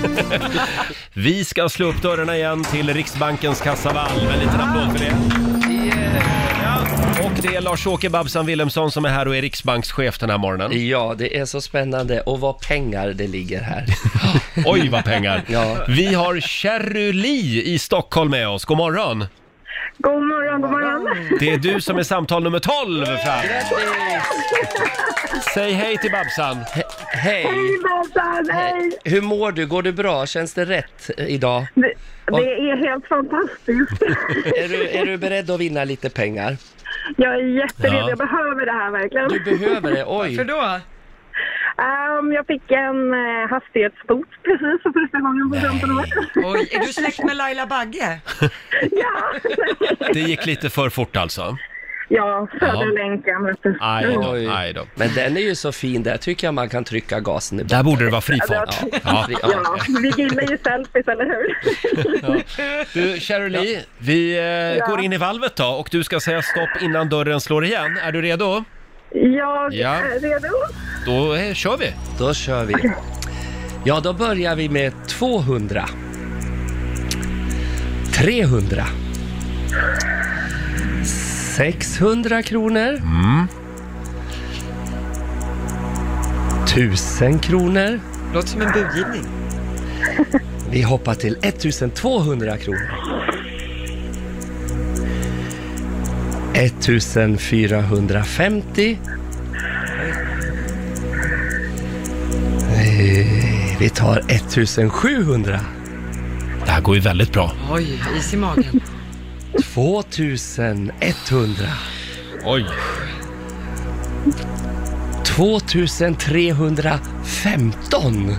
[SPEAKER 1] Vi ska slå upp dörrarna igen till Riksbankens kassavalv. En liten applåd för det. Ja. Och det är Lars-Åke Babsan Willemsson som är här och är riksbankschef den här morgonen.
[SPEAKER 7] ja, det är så spännande och vad pengar det ligger här.
[SPEAKER 1] Oj, vad pengar!
[SPEAKER 7] (laughs) Ja.
[SPEAKER 1] Vi har Cherry Li i Stockholm med oss. God morgon!
[SPEAKER 5] God morgon, god morgon.
[SPEAKER 1] Det är du som är samtal nummer 12 fram. Säg hej till Babsan.
[SPEAKER 7] He- Hej!
[SPEAKER 5] Hej Babsan, hej.
[SPEAKER 7] Hur mår du? Går det bra? Känns det rätt eh, idag?
[SPEAKER 5] Det, det är helt
[SPEAKER 1] (laughs)
[SPEAKER 5] fantastiskt.
[SPEAKER 7] Är du, är du beredd att vinna lite pengar?
[SPEAKER 5] Jag är jätteredo,
[SPEAKER 1] Ja.
[SPEAKER 5] jag behöver det här verkligen.
[SPEAKER 7] Du behöver det, oj.
[SPEAKER 2] För då?
[SPEAKER 5] Ehm, jag fick en eh, hastighetsbot precis för första gången på 15
[SPEAKER 1] (laughs)
[SPEAKER 5] år.
[SPEAKER 2] Oj, är du släkt med Laila Bagge?
[SPEAKER 5] ja.
[SPEAKER 1] Det gick lite för fort alltså.
[SPEAKER 5] ja, Södra
[SPEAKER 1] Ja.
[SPEAKER 5] länken vet du.
[SPEAKER 1] Aj då,
[SPEAKER 7] Oj.
[SPEAKER 1] aj då.
[SPEAKER 7] Men den är ju så fin, där tycker jag man kan trycka gasen i botten.
[SPEAKER 1] Där borde det vara fri fart. Ja.
[SPEAKER 5] Ja, vi gillar ju selfies, eller hur?
[SPEAKER 1] Du, Cherylie, vi eh, går in i valvet då och du ska säga stopp innan dörren slår igen. Är du redo?
[SPEAKER 5] Jag
[SPEAKER 1] Ja.
[SPEAKER 5] är redo.
[SPEAKER 1] Då eh, kör vi!
[SPEAKER 7] Då kör vi. Ja, då börjar vi med 200. 300. 600 kronor. 1000 kronor.
[SPEAKER 2] Låter som en budgivning.
[SPEAKER 7] (laughs) Vi hoppar till 1200 kronor. 1450. Eh, Vi tar 1700.
[SPEAKER 1] Det här går ju väldigt bra.
[SPEAKER 2] Oj, is i magen.
[SPEAKER 7] 2100.
[SPEAKER 1] Oj!
[SPEAKER 7] 2315.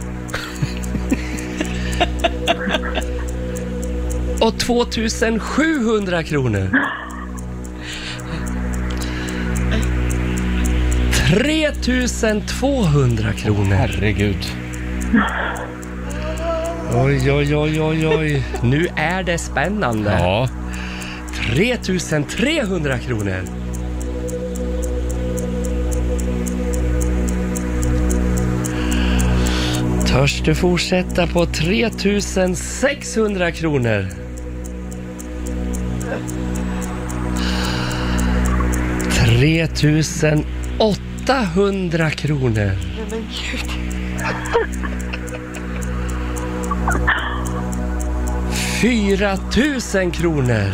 [SPEAKER 7] Och 2700 kronor. 3200 kronor.
[SPEAKER 1] Herregud.
[SPEAKER 7] Oj, oj, oj, oj, oj. Nu är det spännande.
[SPEAKER 1] Ja.
[SPEAKER 7] 3300 kronor. 1 Törs du fortsätta på 3600 kronor? 3800 kronor. 4000 kronor.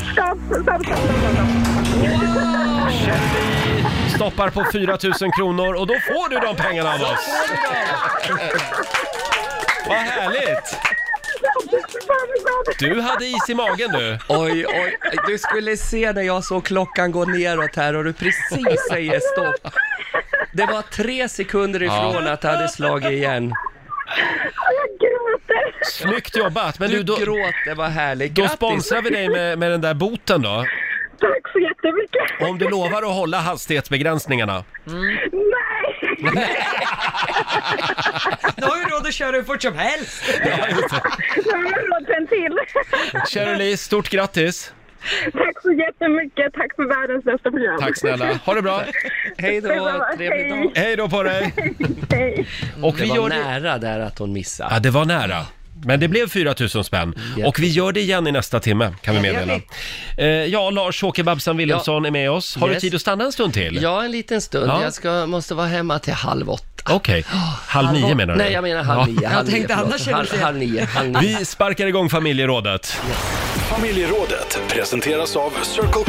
[SPEAKER 1] Stoppar på 4 000 kronor och då får du de pengarna av oss. Vad härligt! Du hade is i magen du.
[SPEAKER 7] Oj, oj, du skulle se när jag såg klockan gå neråt här och du precis säger stopp. Det var tre sekunder ifrån att det hade slagit igen.
[SPEAKER 1] Snyggt jobbat! Men
[SPEAKER 7] Du
[SPEAKER 1] du, då,
[SPEAKER 7] gråter, vad härligt.
[SPEAKER 1] då
[SPEAKER 7] Grattis!
[SPEAKER 1] sponsrar vi dig med, med den där boten då.
[SPEAKER 5] Tack så jättemycket!
[SPEAKER 1] Om du lovar att hålla hastighetsbegränsningarna.
[SPEAKER 5] Nej!
[SPEAKER 2] Då (laughs) har ju råd att köra hur fort som helst.
[SPEAKER 5] Jag har råd för
[SPEAKER 8] (laughs)
[SPEAKER 5] en till.
[SPEAKER 1] Shirley, stort grattis!
[SPEAKER 5] Tack så jättemycket. Tack för världens bästa program.
[SPEAKER 1] Tack snälla. Ha det bra!
[SPEAKER 7] Hej då, trevlig dag.
[SPEAKER 1] Hej då på dig!
[SPEAKER 5] Hej.
[SPEAKER 1] Och
[SPEAKER 7] Det
[SPEAKER 1] vi gör
[SPEAKER 7] var
[SPEAKER 1] det...
[SPEAKER 7] nära där att hon
[SPEAKER 1] Ja,
[SPEAKER 7] missade.
[SPEAKER 1] det var nära. Men det blev 4 000 spänn. Och vi gör det igen i nästa timme, kan vi
[SPEAKER 2] det gör
[SPEAKER 1] meddela. Eh, ja, Lars-Åke Babsan Wilhelmsson är med oss. Har du
[SPEAKER 7] Yes.
[SPEAKER 1] tid att stanna en stund till?
[SPEAKER 7] Ja, en liten stund.
[SPEAKER 1] Ja.
[SPEAKER 7] Jag ska, måste vara hemma till halv åtta.
[SPEAKER 1] Okej. Halv nio menar du?
[SPEAKER 7] Nej, jag menar halv nio. Halv
[SPEAKER 2] tänkte
[SPEAKER 7] nio,
[SPEAKER 2] annars
[SPEAKER 7] förlåt.
[SPEAKER 2] är det
[SPEAKER 7] halv,
[SPEAKER 2] sen.
[SPEAKER 7] halv nio. Halv nio.
[SPEAKER 1] Vi sparkar igång familjerådet.
[SPEAKER 9] Familjerådet presenteras av Circle K.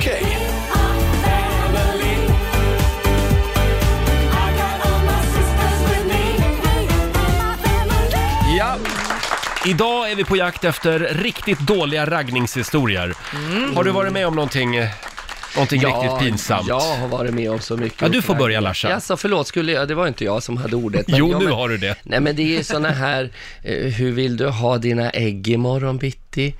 [SPEAKER 1] Ja. Idag är vi på jakt efter riktigt dåliga raggningshistorier. Har du varit med om någonting, eh, någonting riktigt pinsamt?
[SPEAKER 7] Jag har varit med om så mycket.
[SPEAKER 1] Ja, du får börja, Larsa.
[SPEAKER 7] Alltså, förlåt, skulle jag, det var inte jag som hade ordet. men
[SPEAKER 1] Jo,
[SPEAKER 7] jag,
[SPEAKER 1] nu
[SPEAKER 7] men-
[SPEAKER 1] har du det.
[SPEAKER 7] Nej men det är ju såna här, eh, hur vill du ha dina ägg imorgon bitti?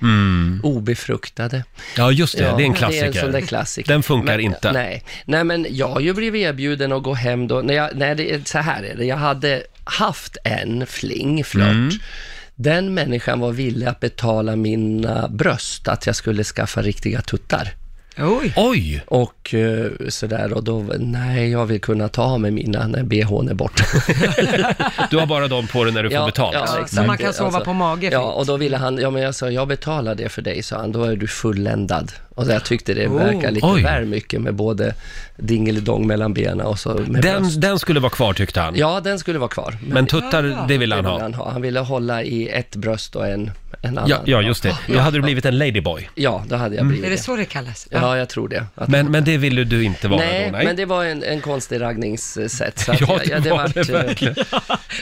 [SPEAKER 7] Obefruktade.
[SPEAKER 1] Ja, Mm. just det.
[SPEAKER 7] Ja,
[SPEAKER 1] det är en
[SPEAKER 7] Det är
[SPEAKER 1] klassiker.
[SPEAKER 7] en sån där klassiker.
[SPEAKER 1] Den funkar
[SPEAKER 7] men,
[SPEAKER 1] inte.
[SPEAKER 7] Nej. nej, men jag har ju blivit erbjuden att gå hem då. Nej, jag, nej det, är- så här är det. Jag hade haft en fling, flört.
[SPEAKER 1] Mm.
[SPEAKER 7] Den människan var villig att betala mina bröst, att jag skulle skaffa riktiga tuttar.
[SPEAKER 2] Oj.
[SPEAKER 1] Oj!
[SPEAKER 7] Och eh, sådär och då, nej jag vill kunna ta av mig mina när bhn är borta.
[SPEAKER 1] Du har bara dem på dig när du får betalt.
[SPEAKER 2] Ja, så man kan sova på mage
[SPEAKER 7] alltså, Ja,
[SPEAKER 2] fritt.
[SPEAKER 7] och då ville han, ja men jag sa, jag betalar det för dig, sa han, då är du fulländad. Och jag tyckte det verkar lite
[SPEAKER 1] Oh. oj.
[SPEAKER 7] väl mycket med både dingelidong mellan benen och så med bröst.
[SPEAKER 1] Den, den skulle vara kvar tyckte han.
[SPEAKER 7] Ja, den skulle vara kvar. Men
[SPEAKER 1] Men tuttar, det vill han
[SPEAKER 7] det ville
[SPEAKER 1] ha.
[SPEAKER 7] han, ha. han ville hålla i ett bröst och en, en annan.
[SPEAKER 1] Ja, ja, just det. Då hade du blivit en ladyboy.
[SPEAKER 7] Ja, då hade jag blivit
[SPEAKER 2] Är det
[SPEAKER 7] det.
[SPEAKER 2] så det kallas? Ja.
[SPEAKER 7] Ja, jag tror det. Att
[SPEAKER 1] Men, men det ville du inte vara
[SPEAKER 7] Nej,
[SPEAKER 1] då? Nej,
[SPEAKER 7] men det var en, en konstig raggningssätt. så
[SPEAKER 1] (laughs)
[SPEAKER 7] att
[SPEAKER 1] Ja,
[SPEAKER 7] jag-
[SPEAKER 1] det
[SPEAKER 7] jag-
[SPEAKER 1] var det
[SPEAKER 7] vart, eh,
[SPEAKER 1] verkligen.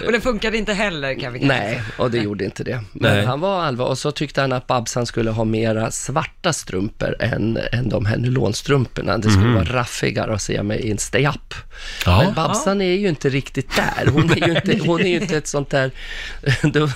[SPEAKER 2] Och det funkade inte heller kan vi kanske
[SPEAKER 7] Nej, och det gjorde inte det. Men
[SPEAKER 1] Nej.
[SPEAKER 7] han var allvar och så tyckte han att Babsan skulle ha mera svarta strumpor än, än de här nylonstrumporna. Det skulle vara raffigare att se mig i en stay-up.
[SPEAKER 1] Mm. Ja.
[SPEAKER 7] Men Babsan är ju inte riktigt där. Hon är ju
[SPEAKER 1] (laughs)
[SPEAKER 7] inte, hon är ju inte ett sånt där... (laughs) Då,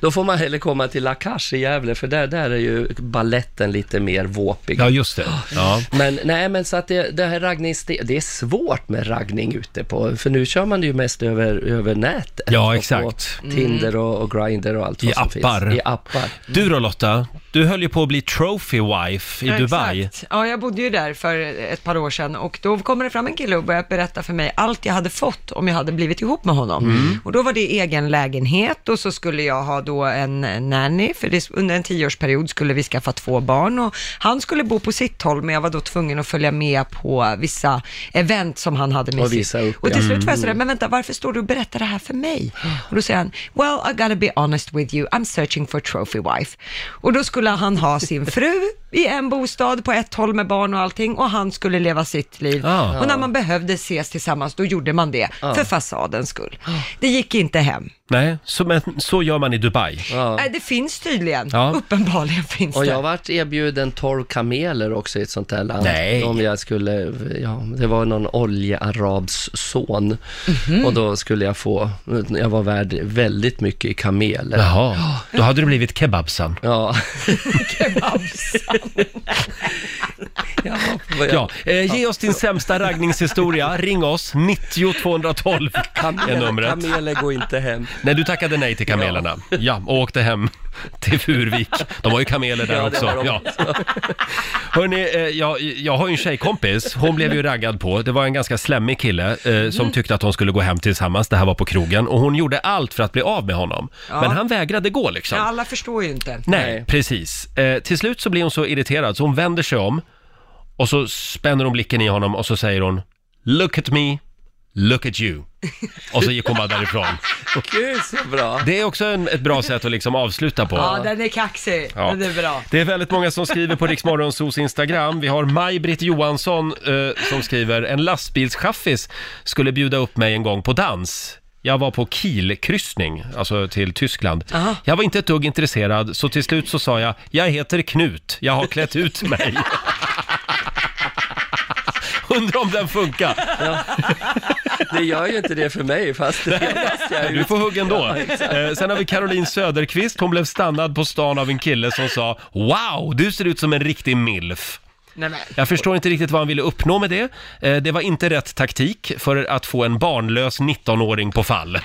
[SPEAKER 7] då får man hellre komma till Lakash i Gävle, för där, där är ju balletten lite mer våpig.
[SPEAKER 1] Ja, just det. Ja.
[SPEAKER 7] Men nej, men så att det, det här raggning, det är svårt med raggning ute på, för nu kör man det ju mest över, över nätet.
[SPEAKER 1] Ja,
[SPEAKER 7] Och på
[SPEAKER 1] exakt.
[SPEAKER 7] Tinder och, och Grindr och allt
[SPEAKER 1] I
[SPEAKER 7] vad som
[SPEAKER 1] appar.
[SPEAKER 7] finns. I appar.
[SPEAKER 1] Du då Lotta, du höll ju på att bli trophy wife i
[SPEAKER 2] Ja,
[SPEAKER 1] Dubai.
[SPEAKER 2] Exakt. Ja, jag bodde ju där för ett par år sedan och då kommer det fram en kille och börjar berätta för mig allt jag hade fått om jag hade blivit ihop med honom. Och då var det egen lägenhet och så skulle jag ha då en nanny, för det, under en tioårsperiod skulle vi skaffa två barn och han skulle bo på sitt håll, men jag var då tvungen att följa med på vissa event som han hade med
[SPEAKER 7] Och
[SPEAKER 2] sig.
[SPEAKER 7] visa upp,
[SPEAKER 2] och till
[SPEAKER 7] ja.
[SPEAKER 2] slut var jag
[SPEAKER 1] Mm.
[SPEAKER 2] sådär, men vänta, varför står du och berättar det här för mig? Och då säger han, well I gotta be honest with you, I'm searching for trophy wife. Och då skulle han ha sin fru i en bostad på ett håll med barn och allting och han skulle leva sitt liv.
[SPEAKER 1] Ah.
[SPEAKER 2] Och när man behövde ses tillsammans, då gjorde man det för fasadens skull. Det gick inte hem.
[SPEAKER 1] Nej, så, men, så gör man i Dubai.
[SPEAKER 7] Ja.
[SPEAKER 2] Nej, det finns tydligen.
[SPEAKER 1] Ah. Ja.
[SPEAKER 2] Uppenbarligen finns
[SPEAKER 7] Och
[SPEAKER 2] det.
[SPEAKER 7] jag vart erbjuden torv kameler också i ett sånt där land.
[SPEAKER 1] Nej.
[SPEAKER 7] Om jag skulle, ja, det var någon oljearabs son.
[SPEAKER 1] Mhm.
[SPEAKER 7] Och då skulle jag få, jag var värd väldigt mycket i kameler.
[SPEAKER 1] Jaha, då hade du blivit
[SPEAKER 7] (laughs)
[SPEAKER 1] kebabsan.
[SPEAKER 7] Ja.
[SPEAKER 1] (laughs)
[SPEAKER 7] vad jag-
[SPEAKER 1] Ja, eh, ge oss din sämsta raggningshistoria. Ring oss, 90 212 är
[SPEAKER 7] Kameler,
[SPEAKER 1] numret.
[SPEAKER 7] kameler går inte hem.
[SPEAKER 1] Nej, du tackade nej till kamelerna. Ja, och åkte hem till Furvik. De har ju kameler där
[SPEAKER 7] Ja, det
[SPEAKER 1] också.
[SPEAKER 7] har de
[SPEAKER 1] Ja. Hörni, eh, jag, jag har ju en tjejkompis. Hon blev ju raggad på. Det var en ganska slemmig kille eh, som tyckte att de skulle gå hem tillsammans. Det här var på krogen. Och hon gjorde allt för att bli av med honom. Men han vägrade gå liksom.
[SPEAKER 2] Ja, alla förstår ju inte.
[SPEAKER 1] Nej,
[SPEAKER 7] Nej.
[SPEAKER 1] precis. Eh, till slut så blir hon så irriterad så hon vänder sig om och så spänner hon blicken i honom och så säger hon “Look at me, look at you” och så gick hon bara därifrån.
[SPEAKER 7] Gud så bra.
[SPEAKER 1] Det är också en, ett bra sätt att liksom avsluta på.
[SPEAKER 2] Ja, den är kaxig.
[SPEAKER 1] Ja.
[SPEAKER 2] Den är bra.
[SPEAKER 1] Det är väldigt många som skriver på Riksmorgonsos Instagram. Vi har Maj-Britt Johansson eh, som skriver “En lastbilschaffis skulle bjuda upp mig en gång på dans. Jag var på Kielkryssning, alltså till Tyskland.
[SPEAKER 2] Aha.
[SPEAKER 1] Jag var inte ett dugg intresserad, så till slut så sa jag “Jag heter Knut, jag har klätt ut
[SPEAKER 2] (laughs)
[SPEAKER 1] mig”. Undrar om den funkar.
[SPEAKER 7] Det gör ju inte det för mig fast det fast jag
[SPEAKER 1] Du
[SPEAKER 7] ju...
[SPEAKER 1] får hugg
[SPEAKER 10] (laughs)
[SPEAKER 1] ändå. Eh, sen har vi Caroline Söderqvist. Hon blev stannad på stan av en kille som sa “Wow, du ser ut som en riktig milf”.
[SPEAKER 2] Nej, men.
[SPEAKER 1] Jag förstår inte riktigt vad han ville uppnå med det. Eh, Det var inte rätt taktik för att få en barnlös 19-åring på
[SPEAKER 10] (laughs)
[SPEAKER 1] fall.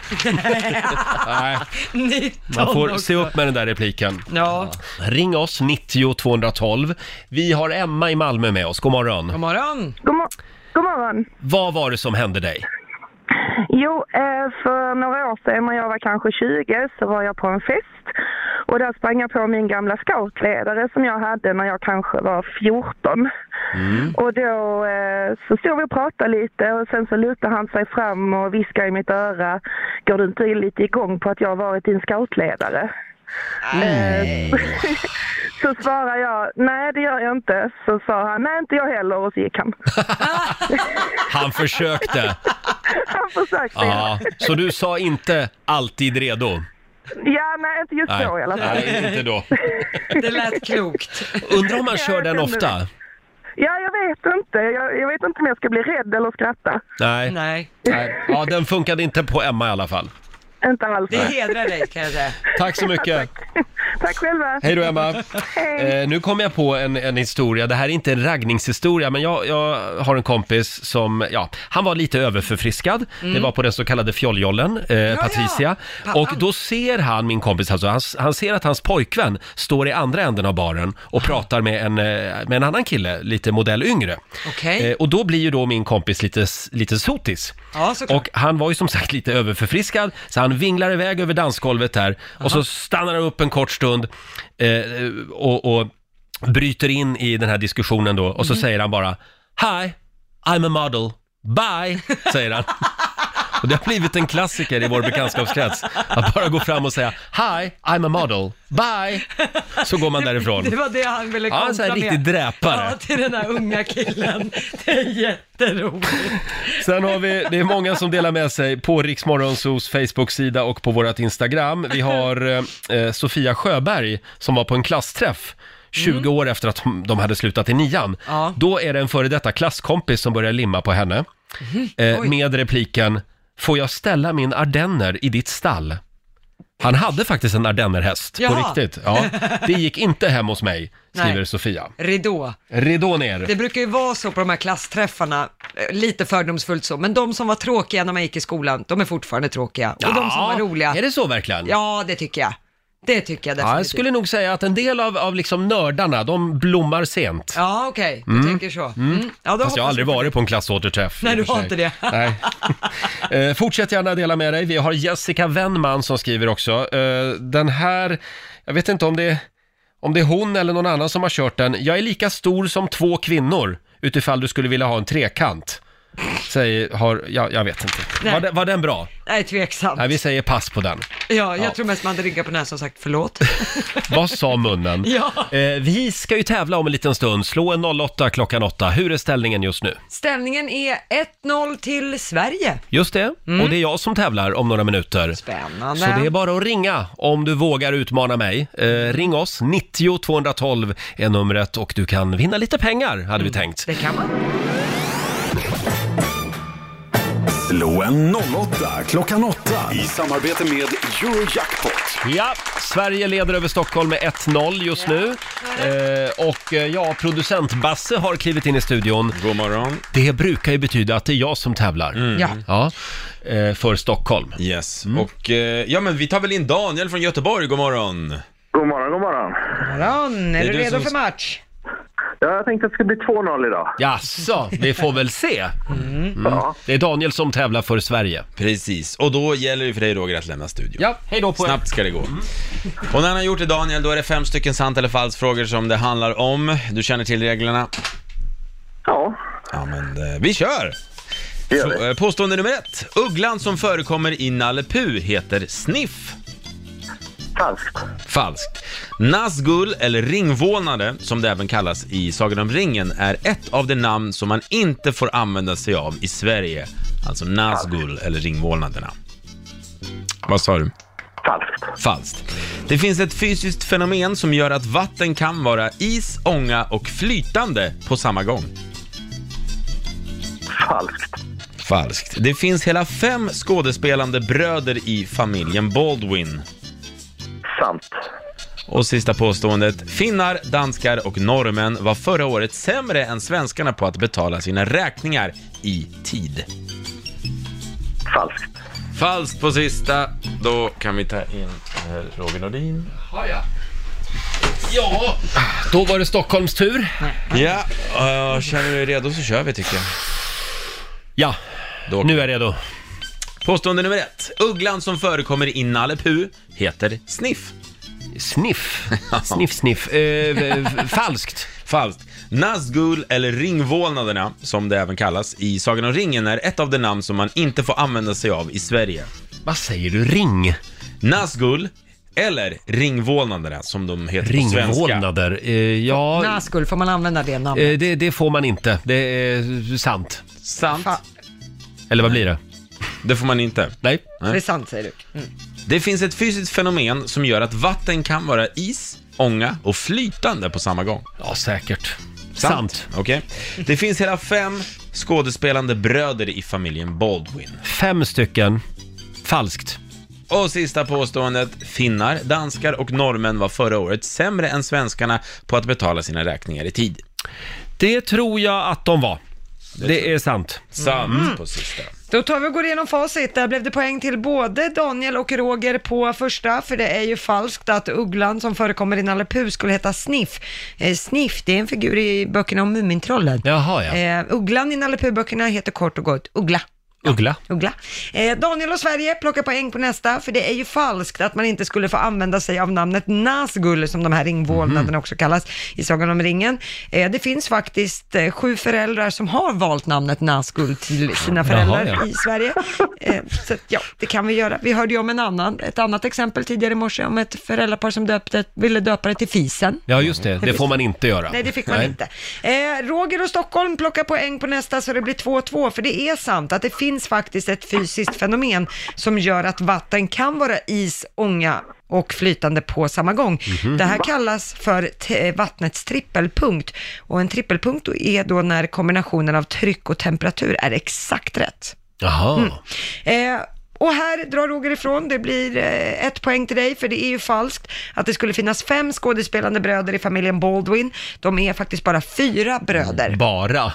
[SPEAKER 1] Nej,
[SPEAKER 2] 19
[SPEAKER 1] man får
[SPEAKER 2] också.
[SPEAKER 1] se upp med den där repliken.
[SPEAKER 2] Ja,
[SPEAKER 1] Ring oss, 90 212. Vi har Emma i Malmö med oss. God morgon.
[SPEAKER 2] god morgon.
[SPEAKER 10] God, mo- God morgon.
[SPEAKER 1] Vad var det som hände dig?
[SPEAKER 10] Jo, eh, för några år sedan när jag var kanske 20 så var jag på en fest. Och där sprang jag på min gamla scoutledare som jag hade när jag kanske var 14.
[SPEAKER 1] Mm.
[SPEAKER 10] Och då eh, så stod vi och pratade lite och sen så lutade han sig fram och viskade i mitt öra. Går du inte lite igång på att jag har varit din scoutledare? Eh, så svarade jag, nej det gör jag inte. Så (laughs) sa han, nej inte jag heller och så gick han.
[SPEAKER 1] Han
[SPEAKER 10] (laughs)
[SPEAKER 1] försökte.
[SPEAKER 10] Han försökte
[SPEAKER 1] Ja, så du sa inte alltid redo?
[SPEAKER 10] Ja, nej inte just
[SPEAKER 1] Nej,
[SPEAKER 10] då i alla fall.
[SPEAKER 1] Nej inte då.
[SPEAKER 2] Det
[SPEAKER 1] (laughs)
[SPEAKER 2] lät klokt.
[SPEAKER 1] Undrar om han kör den ofta?
[SPEAKER 10] Ja, jag vet inte. Jag, jag vet inte om jag ska bli rädd eller skratta.
[SPEAKER 1] Nej.
[SPEAKER 2] Nej,
[SPEAKER 1] Nej. Ja, den funkade inte på Emma i alla fall.
[SPEAKER 10] Inte alls.
[SPEAKER 2] det hedrar dig kan jag säga.
[SPEAKER 1] Tack (laughs) så mycket.
[SPEAKER 10] (laughs) Tack själva.
[SPEAKER 1] Hej då Emma! Eh, nu kom jag på en, en historia, det här är inte en raggningshistoria men jag, jag har en kompis som, ja, han var lite överförfriskad. Det var på den så kallade fjolljollen, eh, Patricia.
[SPEAKER 2] Pappan.
[SPEAKER 1] Och då ser han, min kompis alltså, han, han ser att hans pojkvän står i andra änden av baren och pratar med en, eh, med en annan kille, lite modell yngre.
[SPEAKER 2] Okej.
[SPEAKER 1] Eh, och då blir ju då min kompis lite, s- lite sotis.
[SPEAKER 2] Ja, såklart.
[SPEAKER 1] Och han var ju som sagt lite överförfriskad, så han vinglar iväg över dansgolvet här och så stannar han upp en kort stund eh, och, och bryter in i den här diskussionen då
[SPEAKER 2] Mhm.
[SPEAKER 1] och så säger han bara Hi, I'm a model, bye, säger
[SPEAKER 2] (laughs)
[SPEAKER 1] han. Och det har blivit en klassiker i vår bekantskapskrets, att bara gå fram och säga Hi, I'm a model, bye, så går man därifrån.
[SPEAKER 2] Det var det han ville
[SPEAKER 1] Ja,
[SPEAKER 2] kontra
[SPEAKER 1] en sån här
[SPEAKER 2] med.
[SPEAKER 1] riktig dräpare.
[SPEAKER 2] Ja, till den här unga killen. Det är jätteroligt.
[SPEAKER 1] Sen har vi, det är många som delar med sig på Riksmorgonsos Facebook-sida och på vårt Instagram. Vi har eh, Sofia Sjöberg som var på en klassträff 20 år efter att de hade slutat i nian.
[SPEAKER 2] Mm. Ja.
[SPEAKER 1] Då är det en före detta klasskompis som börjar limma på henne eh,
[SPEAKER 2] Mm. Oj.
[SPEAKER 1] med repliken “Får jag ställa min ardenner i ditt stall?” Han hade faktiskt en ardennerhäst på
[SPEAKER 2] Jaha.
[SPEAKER 1] riktigt. Ja, det gick inte hem hos mig, skriver
[SPEAKER 2] Nej.
[SPEAKER 1] Sofia.
[SPEAKER 2] Ridå.
[SPEAKER 1] Ridå ner.
[SPEAKER 2] Det brukar ju vara så på de här klassträffarna, eh, lite fördomsfullt så, men de som var tråkiga när man gick i skolan, de är fortfarande tråkiga. Och de som
[SPEAKER 1] Ja,
[SPEAKER 2] var roliga,
[SPEAKER 1] Är det så verkligen?
[SPEAKER 2] ja det tycker jag. Det tycker jag definitivt.
[SPEAKER 1] Ja, jag skulle nog säga att en del av, av liksom nördarna, de blommar sent.
[SPEAKER 2] Ja, okej, du tänker så. Mm. Ja, då
[SPEAKER 1] Fast jag har
[SPEAKER 2] hoppas
[SPEAKER 1] aldrig varit på en klassåterträff.
[SPEAKER 2] Nej,
[SPEAKER 1] i
[SPEAKER 2] du
[SPEAKER 1] och för
[SPEAKER 2] har
[SPEAKER 1] sig.
[SPEAKER 2] inte det.
[SPEAKER 1] Nej.
[SPEAKER 2] (laughs)
[SPEAKER 1] Eh, Fortsätt gärna dela med dig. Vi har Jessica Wennman som skriver också. Eh, Den här, jag vet inte om det, om det är hon eller någon annan som har kört den. Jag är lika stor som två kvinnor utifall du skulle vilja ha en trekant. Säger, har, ja, jag vet inte.
[SPEAKER 2] Nej.
[SPEAKER 1] Var, den- var den bra?
[SPEAKER 2] Nej, tveksamt.
[SPEAKER 1] Nej, vi säger pass på den.
[SPEAKER 2] Ja, jag
[SPEAKER 1] Ja.
[SPEAKER 2] tror mest man hade rynkat på näsan och sagt
[SPEAKER 1] (laughs)
[SPEAKER 2] förlåt.
[SPEAKER 1] Vad sa munnen?
[SPEAKER 2] Ja.
[SPEAKER 1] Eh, vi ska ju tävla om en liten stund. Slå en 08 klockan 8. Hur är ställningen just nu?
[SPEAKER 2] Ställningen är 1-0 till Sverige.
[SPEAKER 1] Just det, och det är jag som tävlar om några minuter.
[SPEAKER 2] Spännande.
[SPEAKER 1] Så det är bara att ringa om du vågar utmana mig. Eh, ring oss, 90 212 är numret och du kan vinna lite pengar hade vi tänkt.
[SPEAKER 2] Det kan man.
[SPEAKER 9] Slå en 08 klockan 8 i samarbete med Eurojackpot.
[SPEAKER 1] Ja, Sverige leder över Stockholm med 1-0 just nu. Eh, och eh, ja, producent Basse har klivit in i studion.
[SPEAKER 6] God morgon.
[SPEAKER 1] Det brukar ju betyda att det är jag som tävlar.
[SPEAKER 2] Ja.
[SPEAKER 1] Ja, eh, för Stockholm.
[SPEAKER 6] Yes. Och eh, ja, men vi tar väl in Daniel från Göteborg. God morgon.
[SPEAKER 11] God morgon, god morgon.
[SPEAKER 2] Morgon, är
[SPEAKER 6] är
[SPEAKER 2] du
[SPEAKER 6] du
[SPEAKER 2] redo
[SPEAKER 6] som-
[SPEAKER 2] för match?
[SPEAKER 11] Ja, jag tänkte att det skulle bli 2-0 idag.
[SPEAKER 1] Jaså, vi får väl se. Mm. Det är Daniel som tävlar för Sverige.
[SPEAKER 6] Precis. Och då gäller det för dig Roger att lämna studion.
[SPEAKER 1] Ja, hej då på er.
[SPEAKER 6] Snabbt ska det gå. Och när han har gjort det Daniel, då är det fem stycken sant eller falskt frågor som det handlar om. Du känner till reglerna.
[SPEAKER 11] Ja,
[SPEAKER 6] Ja, men eh, vi kör!
[SPEAKER 11] det gör
[SPEAKER 6] Så,
[SPEAKER 11] vi.
[SPEAKER 6] eh, Påstående nummer ett. Ugglan som förekommer i Nalle Puh heter Sniff.
[SPEAKER 11] Falskt.
[SPEAKER 6] Falskt. Nazgul, eller ringvålnare, som det även kallas i Sagan om ringen, är ett av de namn som man inte får använda sig av i Sverige. Alltså Nazgul, eller ringvålnaderna. Vad sa du?
[SPEAKER 11] Falskt.
[SPEAKER 6] Falskt. Det finns ett fysiskt fenomen som gör att vatten kan vara is, ånga och flytande på samma gång.
[SPEAKER 11] Falskt.
[SPEAKER 6] Falskt. Det finns hela fem skådespelande bröder i familjen Baldwin.
[SPEAKER 11] Sant.
[SPEAKER 6] Och sista påståendet. Finnar, danskar och norrmän var förra året sämre än svenskarna på att betala sina räkningar i tid.
[SPEAKER 11] Falskt.
[SPEAKER 6] Falskt på sista. Då kan vi ta in eh, Roger Nordin.
[SPEAKER 1] Ja, då var det Stockholms tur.
[SPEAKER 6] Ja, eh, känner du dig redo så kör vi tycker jag.
[SPEAKER 1] Ja,
[SPEAKER 6] Då-
[SPEAKER 1] nu är jag redo.
[SPEAKER 6] Påstående nummer ett. Ugglan som förekommer i Nalle Puh heter Sniff.
[SPEAKER 1] (laughs) Sniff, sniff, sniff. Eh, v- v- falskt.
[SPEAKER 6] Falskt. Nazgul, eller ringvålnaderna, som det även kallas, i Sagan om ringen är ett av de namn som man inte får använda sig av i Sverige.
[SPEAKER 1] Vad säger du? Ring?
[SPEAKER 6] Nazgul, eller ringvålnaderna, som de heter på svenska.
[SPEAKER 1] Ringvålnader? Eh, ja,
[SPEAKER 2] Nazgul, får man använda det namnet?
[SPEAKER 1] eh, det, det får man inte. Det är sant.
[SPEAKER 6] Sant.
[SPEAKER 2] Fa-
[SPEAKER 1] Eller vad blir det?
[SPEAKER 6] Det får man inte.
[SPEAKER 1] Nej.
[SPEAKER 2] det är sant säger du. Mm.
[SPEAKER 6] Det finns ett fysiskt fenomen som gör att vatten kan vara is, ånga och flytande på samma gång.
[SPEAKER 1] Ja, säkert. Sant.
[SPEAKER 6] Okej. Det finns hela fem skådespelande bröder i familjen Baldwin.
[SPEAKER 1] Fem stycken. Falskt.
[SPEAKER 6] Och sista påståendet. Finnar, danskar och norrmän var förra året sämre än svenskarna på att betala sina räkningar i tid.
[SPEAKER 1] Det tror jag att de var. Det är sant.
[SPEAKER 6] Sant på sista.
[SPEAKER 2] Då tar vi och går igenom facit. Där blev det poäng till både Daniel och Roger på första, för det är ju falskt att ugglan som förekommer i Nalle Puh skulle heta Sniff. Eh, Sniff, det är en figur i böckerna om Mumintrollen.
[SPEAKER 1] Jaha, ja.
[SPEAKER 2] Eh, ugglan i Nalle Puh-böckerna heter kort och gott Uggla.
[SPEAKER 1] Uggla.
[SPEAKER 2] Uggla. Eh, Daniel och Sverige plockar poäng på nästa, för det är ju falskt att man inte skulle få använda sig av namnet Nazgul, som de här ringvålnaderna
[SPEAKER 1] Mhm.
[SPEAKER 2] också kallas i Sagan om ringen. Eh, det finns faktiskt eh, sju föräldrar som har valt namnet Nazgul till sina föräldrar
[SPEAKER 1] Jaha, ja.
[SPEAKER 2] i Sverige. Eh, så att, ja, det kan vi göra. Vi hörde ju om en annan, ett annat exempel tidigare i morse om ett föräldrapar som döpte, ville döpa det till Fisen.
[SPEAKER 1] Ja, just det. Det får man inte göra.
[SPEAKER 2] Nej, det fick man
[SPEAKER 1] Nej.
[SPEAKER 2] inte. Eh, Roger och Stockholm plockar poäng på nästa så det blir 2-2, för det är sant att det finns faktiskt ett fysiskt fenomen som gör att vatten kan vara is, ånga och flytande på samma gång.
[SPEAKER 1] Mhm.
[SPEAKER 2] Det här kallas för t- eh, vattnets trippelpunkt och en trippelpunkt är då när kombinationen av tryck och temperatur är exakt rätt.
[SPEAKER 1] Jaha.
[SPEAKER 2] Eh, och här drar Roger ifrån, det blir eh, ett poäng till dig, för det är ju falskt att det skulle finnas fem skådespelande bröder i familjen Baldwin. De är faktiskt bara fyra
[SPEAKER 1] Mm.
[SPEAKER 2] bröder.
[SPEAKER 1] Bara.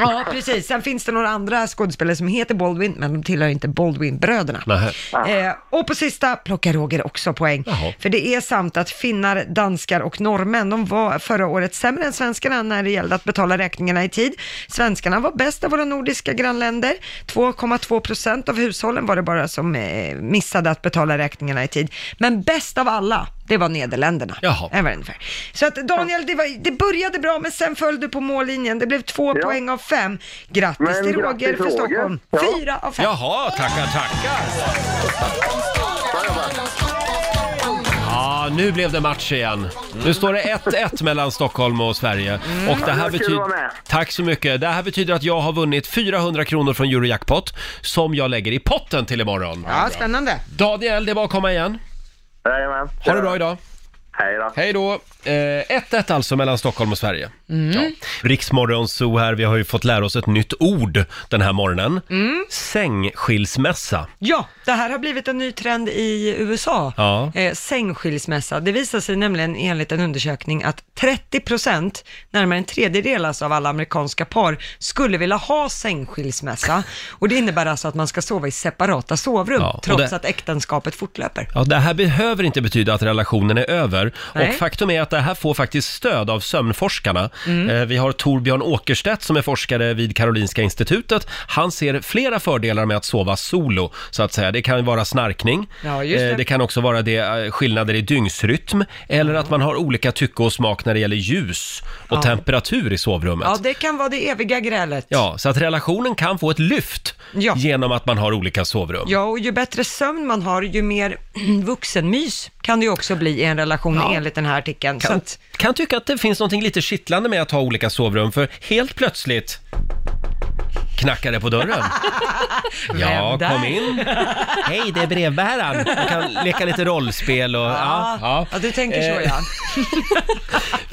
[SPEAKER 2] Ja, precis. Sen finns det några andra skådespelare som heter Baldwin, men de tillhör inte Baldwin-bröderna.
[SPEAKER 1] Nej.
[SPEAKER 2] Eh, och på sista plockar Roger också poäng.
[SPEAKER 1] Ah. Jaha.
[SPEAKER 2] För det är sant att finnar, danskar och norrmän, de var förra året sämre än svenskarna när det gällde att betala räkningarna i tid. Svenskarna var bäst av våra nordiska grannländer. 2,2 procent av hushållen var det bara som eh, missade att betala räkningarna i tid. Men bäst av alla Det var Nederländerna.
[SPEAKER 1] Jaha.
[SPEAKER 2] Det var ungefär. Så att Daniel, det, var, det började bra men sen föll du på mållinjen. Det blev två poäng av fem. Grattis
[SPEAKER 1] Men
[SPEAKER 2] till Roger
[SPEAKER 1] grattis,
[SPEAKER 2] för
[SPEAKER 1] Roger.
[SPEAKER 2] Stockholm.
[SPEAKER 1] Ja.
[SPEAKER 2] Fyra av fem.
[SPEAKER 1] Jaha, tackar, tackar. Ja, nu blev det match igen. Nu står det 1-1 mellan Stockholm och Sverige.
[SPEAKER 4] Mm.
[SPEAKER 1] Och det
[SPEAKER 4] Ja,
[SPEAKER 1] här
[SPEAKER 4] jag skulle
[SPEAKER 1] betyder...
[SPEAKER 4] vara med.
[SPEAKER 1] Tack så mycket. Det här betyder att jag har vunnit 400 kronor från Eurojackpot som jag lägger i potten till imorgon.
[SPEAKER 2] Ja, spännande.
[SPEAKER 1] Daniel, det är bara att komma igen.
[SPEAKER 11] Jajamän.
[SPEAKER 1] Ha det bra idag.
[SPEAKER 11] Hej då.
[SPEAKER 1] Hej då. Eh, 1-1 alltså mellan Stockholm och Sverige.
[SPEAKER 2] Mm.
[SPEAKER 1] Riksmorgon Zoo här, vi har ju fått lära oss ett nytt ord den här morgonen.
[SPEAKER 2] Mm.
[SPEAKER 1] Sängskilsmässa.
[SPEAKER 2] Ja, det här har blivit en ny trend i USA.
[SPEAKER 1] Ja.
[SPEAKER 2] Eh, sängskilsmässa. Det visar sig nämligen enligt en undersökning att 30 procent, närmare en tredjedel alltså av alla amerikanska par, skulle vilja ha sängskilsmässa. Och det innebär alltså att man ska sova i separata sovrum,
[SPEAKER 1] Ja, och
[SPEAKER 2] trots
[SPEAKER 1] det-
[SPEAKER 2] att äktenskapet fortlöper.
[SPEAKER 1] Ja, det här behöver inte betyda att relationen är över.
[SPEAKER 2] Nej.
[SPEAKER 1] Och faktum är att det här får faktiskt stöd av sömnforskarna.
[SPEAKER 2] Mm.
[SPEAKER 1] Eh, Vi har Torbjörn Åkerstedt som är forskare vid Karolinska Institutet. Han ser flera fördelar med att sova solo, så att säga. Det kan vara snarkning.
[SPEAKER 2] Ja, just det.
[SPEAKER 1] Eh, det kan också vara det, eh, skillnader i dygnsrytm eller att man har olika tycke och smak när det gäller ljus och
[SPEAKER 2] Ja.
[SPEAKER 1] temperatur i sovrummet.
[SPEAKER 2] Ja,
[SPEAKER 1] Ja.
[SPEAKER 2] det kan vara det eviga grälet.
[SPEAKER 1] så att relationen kan få ett lyft genom att man har olika sovrum.
[SPEAKER 2] Ja, och ju bättre sömn man har, ju mer (clears throat) vuxenmys kan det ju också bli i en relation enligt den här artikeln. Så
[SPEAKER 1] kan,
[SPEAKER 2] att,
[SPEAKER 1] kan tycka att det finns något lite kittlande med att ha olika sovrum, för helt plötsligt knackar det på (laughs) dörren. Ja,
[SPEAKER 4] Vem där?
[SPEAKER 1] kom in. Hej, det är brevbäraren. Man kan leka lite rollspel och... Ja, ja.
[SPEAKER 2] ja, du tänker så
[SPEAKER 1] Eh,
[SPEAKER 2] ja.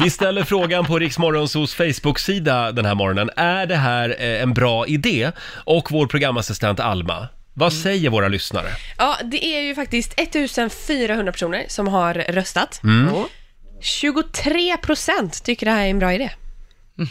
[SPEAKER 1] Vi ställer frågan på Riksmorgonsos Facebook-sida den här morgonen. Är det här eh, en bra idé? Och vår programassistent Alma, vad
[SPEAKER 2] Mm.
[SPEAKER 1] säger våra lyssnare?
[SPEAKER 12] Ja, det är ju faktiskt 1400 personer som har röstat.
[SPEAKER 1] Mm.
[SPEAKER 12] 23 procent tycker det här är en bra idé.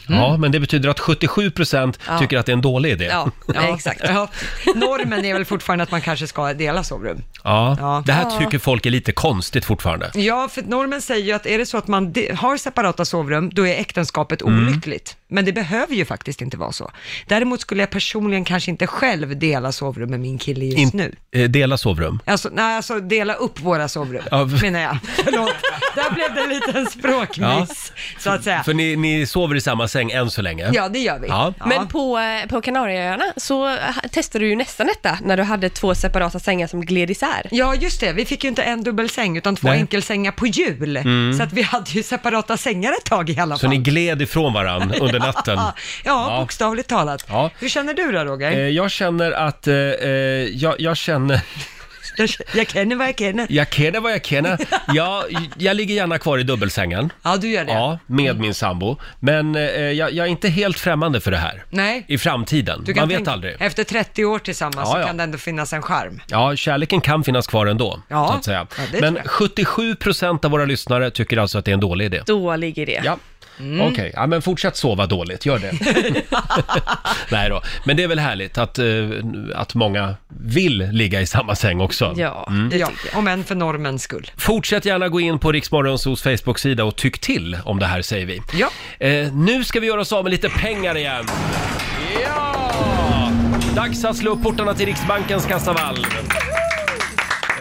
[SPEAKER 2] Mm.
[SPEAKER 1] Ja, men det betyder att 77%
[SPEAKER 12] Ja.
[SPEAKER 1] tycker att det är en dålig idé.
[SPEAKER 12] Ja, exakt.
[SPEAKER 2] Ja. Normen är väl fortfarande att man kanske ska dela sovrum.
[SPEAKER 1] Ja, det
[SPEAKER 2] Ja.
[SPEAKER 1] här tycker folk är lite konstigt fortfarande.
[SPEAKER 2] Ja, för normen säger ju att är det så att man de- har separata sovrum, då är äktenskapet
[SPEAKER 1] Mm.
[SPEAKER 2] olyckligt. Men det behöver ju faktiskt inte vara så. Däremot skulle jag personligen kanske inte själv dela sovrum med min kille just
[SPEAKER 1] In-
[SPEAKER 2] nu.
[SPEAKER 1] eh, Dela sovrum.
[SPEAKER 2] Alltså, nej, alltså dela upp våra sovrum,
[SPEAKER 1] Ja.
[SPEAKER 2] menar jag. Förlåt, där blev det en liten språkmiss, så att säga.
[SPEAKER 1] För ni, ni sover i samma säng än så länge?
[SPEAKER 12] Ja, det gör vi.
[SPEAKER 1] Ja.
[SPEAKER 12] Men på, eh, på Kanarieöarna så ha- testade du ju nästan detta när du hade två separata sängar som gled isär.
[SPEAKER 2] Ja, just det. Vi fick ju inte en dubbelsäng, utan två
[SPEAKER 1] Nej.
[SPEAKER 2] enkelsängar på jul.
[SPEAKER 1] Mm.
[SPEAKER 2] Så att vi hade ju separata sängar ett tag i alla
[SPEAKER 1] Så
[SPEAKER 2] fall.
[SPEAKER 1] ni gled ifrån varandra under natten?
[SPEAKER 2] (laughs) ja, bokstavligt talat.
[SPEAKER 1] Ja.
[SPEAKER 2] Hur känner du då, Roger?
[SPEAKER 1] Eh, Jag känner att, eh, eh, jag, jag känner,
[SPEAKER 2] Jag, jag känner vad jag känner.
[SPEAKER 1] jag känner vad jag
[SPEAKER 2] (laughs)
[SPEAKER 1] känner. Jag, jag ligger gärna kvar i dubbelsängen.
[SPEAKER 2] Ja, du gör det.
[SPEAKER 1] Ja, med min sambo. Men eh, jag, jag är inte helt främmande för det här.
[SPEAKER 2] Nej.
[SPEAKER 1] I framtiden.
[SPEAKER 2] Du kan
[SPEAKER 1] Man vet
[SPEAKER 2] tänka-
[SPEAKER 1] aldrig.
[SPEAKER 2] Efter 30 år tillsammans
[SPEAKER 1] Ja,
[SPEAKER 2] så
[SPEAKER 1] ja.
[SPEAKER 2] kan det ändå finnas en charm.
[SPEAKER 1] Ja, kärleken kan finnas kvar ändå,
[SPEAKER 2] Ja.
[SPEAKER 1] så att säga.
[SPEAKER 2] Ja, det
[SPEAKER 1] Men
[SPEAKER 2] tror jag.
[SPEAKER 1] 77 procent av våra lyssnare tycker alltså att det är en dålig idé.
[SPEAKER 12] Dålig idé.
[SPEAKER 1] Ja.
[SPEAKER 2] Mm.
[SPEAKER 1] Okej, ja, men fortsätt sova dåligt,
[SPEAKER 2] (laughs)
[SPEAKER 1] gör det. Nej då, men det är väl härligt att, eh, att många vill ligga i samma säng också.
[SPEAKER 12] Ja,
[SPEAKER 1] Mm.
[SPEAKER 2] ja, om än för normens skull.
[SPEAKER 1] Fortsätt gärna gå in på Riksmorgonsos Facebook-sida och tyck till om det här säger vi.
[SPEAKER 2] Ja.
[SPEAKER 1] Eh, nu ska vi göra oss av med lite pengar igen. Ja! Dags att slå upp portarna till Riksbankens kassavalv.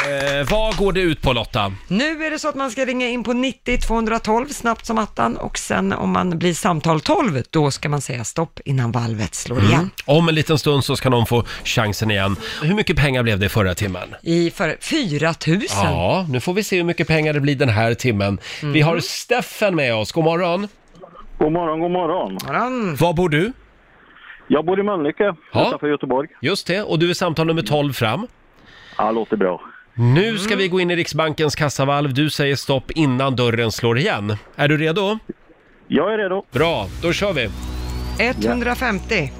[SPEAKER 1] Eh, vad går det ut på Lotta?
[SPEAKER 2] Nu är det så att man ska ringa in på 90 212 snabbt som attan och sen om man blir samtal 12 då ska man säga stopp innan valvet slår
[SPEAKER 1] Mm.
[SPEAKER 2] igen.
[SPEAKER 1] Om en liten stund så ska någon få chansen igen. Hur mycket pengar blev det förra timmen?
[SPEAKER 2] I för 4 000.
[SPEAKER 1] Ja, nu får vi se hur mycket pengar det blir den här timmen. Vi har Steffen med oss, god morgon.
[SPEAKER 13] God morgon, god morgon.
[SPEAKER 1] Var bor du?
[SPEAKER 13] Jag bor i Mölnlycke,
[SPEAKER 1] Ja.
[SPEAKER 13] utanför Göteborg.
[SPEAKER 1] Just det, och du är samtal nummer 12 fram.
[SPEAKER 13] Ja, låter bra.
[SPEAKER 1] Nu
[SPEAKER 2] Mm.
[SPEAKER 1] ska vi gå in i Riksbankens kassavalv. Du säger stopp innan dörren slår igen. Är du redo?
[SPEAKER 13] Jag är redo.
[SPEAKER 1] Bra, då kör vi.
[SPEAKER 2] 150.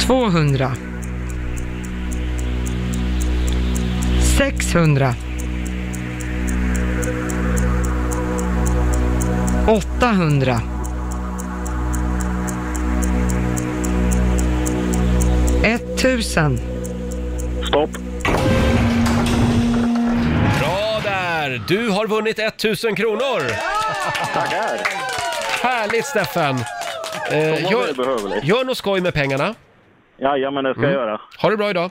[SPEAKER 2] 200. 600. 800. 1000.
[SPEAKER 13] Stopp.
[SPEAKER 1] Bra där! Du har vunnit 1000 kronor!
[SPEAKER 13] Tackar!
[SPEAKER 1] Härligt Steffen! Eh,
[SPEAKER 13] var
[SPEAKER 1] gör,
[SPEAKER 13] välbehövligt.
[SPEAKER 1] gör något skoj med pengarna. Mm.
[SPEAKER 13] Jajamän, det ska jag göra.
[SPEAKER 1] Ha det bra idag!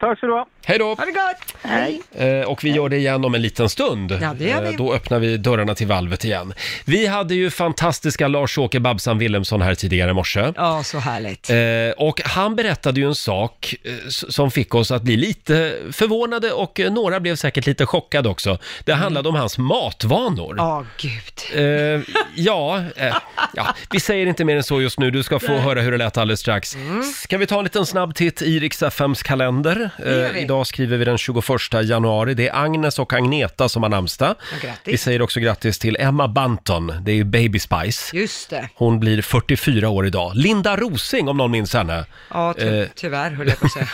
[SPEAKER 13] Tack så du ha.
[SPEAKER 1] Hej då!
[SPEAKER 2] Ha det gott! Hej!
[SPEAKER 1] Eh, Och vi gör det igen om en liten stund.
[SPEAKER 2] Ja, det gör vi.
[SPEAKER 1] Eh, Då öppnar vi dörrarna till valvet igen. Vi hade ju fantastiska Lars-Åke Babsan Willemsson här tidigare i morse.
[SPEAKER 2] Ja, så härligt.
[SPEAKER 1] Eh, och han berättade ju en sak eh, s- som fick oss att bli lite förvånade och eh, några blev säkert lite chockade också. Det handlade om hans matvanor.
[SPEAKER 2] Mm. Ja, gud.
[SPEAKER 1] Eh, ja, eh, ja, vi säger inte mer än så just nu. Du ska få
[SPEAKER 2] Nej. Mm.
[SPEAKER 1] höra hur det lät alldeles strax. Ska vi ta en liten snabb titt i riks FMs kalender? Eh,
[SPEAKER 2] Det gör vi.
[SPEAKER 1] idag skriver vi den 21 januari. Det är Agnes och Agneta som har namnsdag.
[SPEAKER 2] Ja, grattis.
[SPEAKER 1] Vi säger också grattis till Emma Banton. Det är ju Baby Spice.
[SPEAKER 2] Just det.
[SPEAKER 1] Hon blir 44 år idag. Linda Rosing, om någon minns henne.
[SPEAKER 2] Ja, ty-
[SPEAKER 1] Eh,
[SPEAKER 2] tyvärr höll jag på
[SPEAKER 1] (laughs)
[SPEAKER 2] att säga.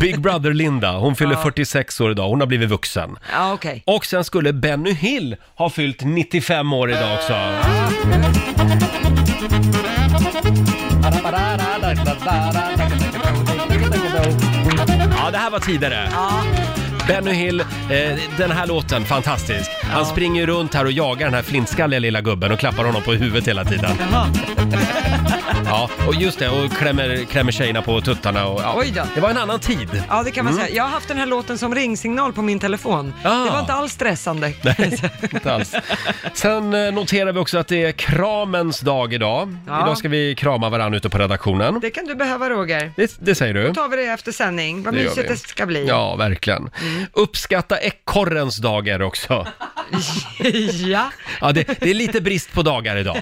[SPEAKER 1] Big Brother Linda, hon fyller
[SPEAKER 2] Ja.
[SPEAKER 1] 46 år idag. Hon har blivit vuxen.
[SPEAKER 2] Ja, okej.
[SPEAKER 1] Och sen skulle Benny Hill ha fyllt 95 år idag också. Ja, det här var tidigare. Benny Hill, eh, den här låten, fantastisk. Han springer ju runt här och jagar den här flintskalliga lilla gubben och klappar honom på huvudet hela tiden. Ja, och just det, och klämmer, klämmer tjejerna på tuttarna och ja.
[SPEAKER 2] Oj då.
[SPEAKER 1] Det var en annan tid.
[SPEAKER 2] Ja, det kan man
[SPEAKER 1] Mm. Ah.
[SPEAKER 2] säga. Jag har haft den här låten som ringsignal på min telefon. Det var inte alls stressande.
[SPEAKER 1] Nej, inte alls. Sen eh, noterar vi också att det är kramens dag idag.
[SPEAKER 2] Ja.
[SPEAKER 1] Idag ska vi krama varandra ute på redaktionen.
[SPEAKER 2] (laughs) Det kan du behöva Roger.
[SPEAKER 1] Det, det säger du.
[SPEAKER 2] Då tar vi det efter sändning. Vad
[SPEAKER 1] Det gör
[SPEAKER 2] mysigt
[SPEAKER 1] vi.
[SPEAKER 2] det ska bli. Mm.
[SPEAKER 1] Ja, verkligen. Uppskatta ekorrens dag är det också.
[SPEAKER 2] (laughs) ja.
[SPEAKER 1] Ja, det, det är lite brist på dagar
[SPEAKER 2] (laughs)
[SPEAKER 1] idag.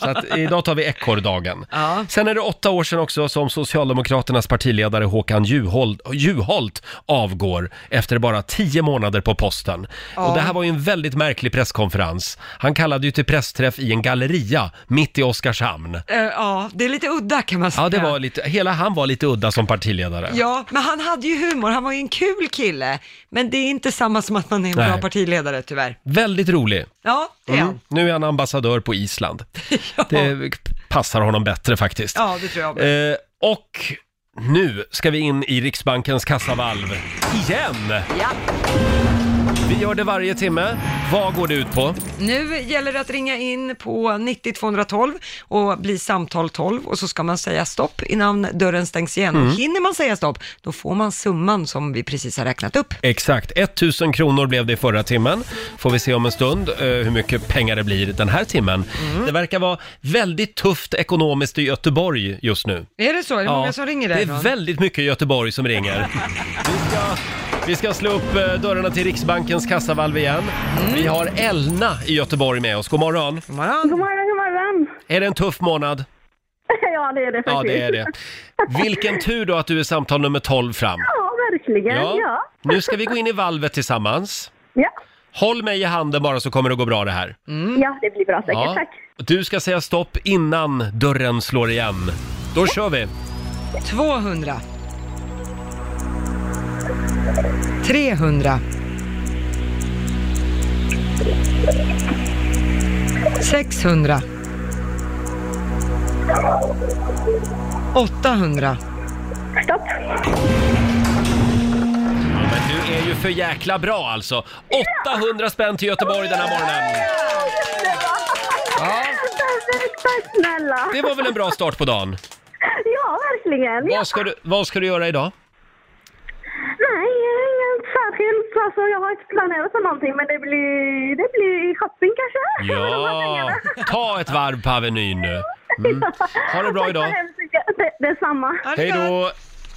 [SPEAKER 1] Så att idag tar vi ekorrdagen. Sen är det åtta år sedan också som Socialdemokraternas partiledare Håkan Juholt, Juholt avgår efter bara tio månader på posten.
[SPEAKER 2] Ja.
[SPEAKER 1] Och det här var ju en väldigt märklig presskonferens. Han kallade ju till pressträff i en galleria mitt i Oskarshamn.
[SPEAKER 2] Eh, ja, det är lite udda kan man säga.
[SPEAKER 1] Ja, det var lite, hela han var lite udda som partiledare.
[SPEAKER 2] Ja, men han hade ju humor. Han var ju en kul kille. Men det är inte samma som att man är en
[SPEAKER 1] Nej.
[SPEAKER 2] bra partiledare tyvärr.
[SPEAKER 1] Väldigt rolig.
[SPEAKER 2] Ja, det är
[SPEAKER 1] Mm.
[SPEAKER 2] han.
[SPEAKER 1] Nu är han ambassadör på
[SPEAKER 2] (laughs)
[SPEAKER 1] Island. Det passar honom bättre faktiskt.
[SPEAKER 2] Ja, det tror jag med.
[SPEAKER 1] Eh, och nu ska vi in i Riksbankens kassavalv igen.
[SPEAKER 2] Ja.
[SPEAKER 1] Vi gör det varje timme. Vad går det ut på?
[SPEAKER 2] Nu gäller det att ringa in på 90 212 och bli samtal 12 och så ska man säga stopp innan dörren stängs igen.
[SPEAKER 1] Mm.
[SPEAKER 2] Och hinner man säga stopp, då får man summan som vi precis har räknat upp.
[SPEAKER 1] Exakt, 1000 kronor blev det i förra timmen. Får vi se om en stund eh, hur mycket pengar det blir den här timmen.
[SPEAKER 2] Mm.
[SPEAKER 1] Det verkar vara väldigt tufft ekonomiskt i Göteborg just nu.
[SPEAKER 2] Är det så? Är det
[SPEAKER 1] Ja,
[SPEAKER 2] många som ringer
[SPEAKER 1] Det
[SPEAKER 2] därifrån?
[SPEAKER 1] är väldigt mycket i Göteborg som
[SPEAKER 2] (laughs)
[SPEAKER 1] ringer. Vi ska, vi ska slå upp eh, dörrarna till Riksbankens kassavalv igen.
[SPEAKER 2] Mm.
[SPEAKER 1] Vi har Elna i Göteborg med oss. God morgon.
[SPEAKER 2] God morgon.
[SPEAKER 8] God morgon, god morgon. (laughs)
[SPEAKER 1] Är det en tuff månad?
[SPEAKER 8] Ja, det är det
[SPEAKER 1] Ja,
[SPEAKER 8] faktiskt.
[SPEAKER 1] det är det. Vilken tur då att du är samtal nummer 12 fram.
[SPEAKER 8] Ja, verkligen. Ja.
[SPEAKER 1] Nu ska vi gå in i valvet tillsammans.
[SPEAKER 8] Ja.
[SPEAKER 1] Håll mig i handen bara så kommer det gå bra det här.
[SPEAKER 8] ja, det blir bra säkert.
[SPEAKER 1] Mm. Ja.
[SPEAKER 8] Tack.
[SPEAKER 1] Du ska säga stopp innan dörren slår igen. Då kör vi!
[SPEAKER 2] 200. 300. 600. 800.
[SPEAKER 8] Stopp.
[SPEAKER 1] Men du är ju för jäkla bra alltså! 800 spänn till Göteborg den här morgonen! Ja.
[SPEAKER 8] Perfekt, tack snälla.
[SPEAKER 1] Det var väl en bra start på dagen?
[SPEAKER 8] Ja, verkligen. Ja.
[SPEAKER 1] Vad ska du, vad ska du göra idag?
[SPEAKER 8] Nej, inget särskilt. Alltså, jag har inte planerat för någonting, men det blir, det blir shopping kanske.
[SPEAKER 1] Ja, ta ett varv på Avenyn nu. Mm. Ha det bra
[SPEAKER 8] Tack så
[SPEAKER 1] idag.
[SPEAKER 8] hemskt mycket. Det- Detsamma.
[SPEAKER 1] Hej då!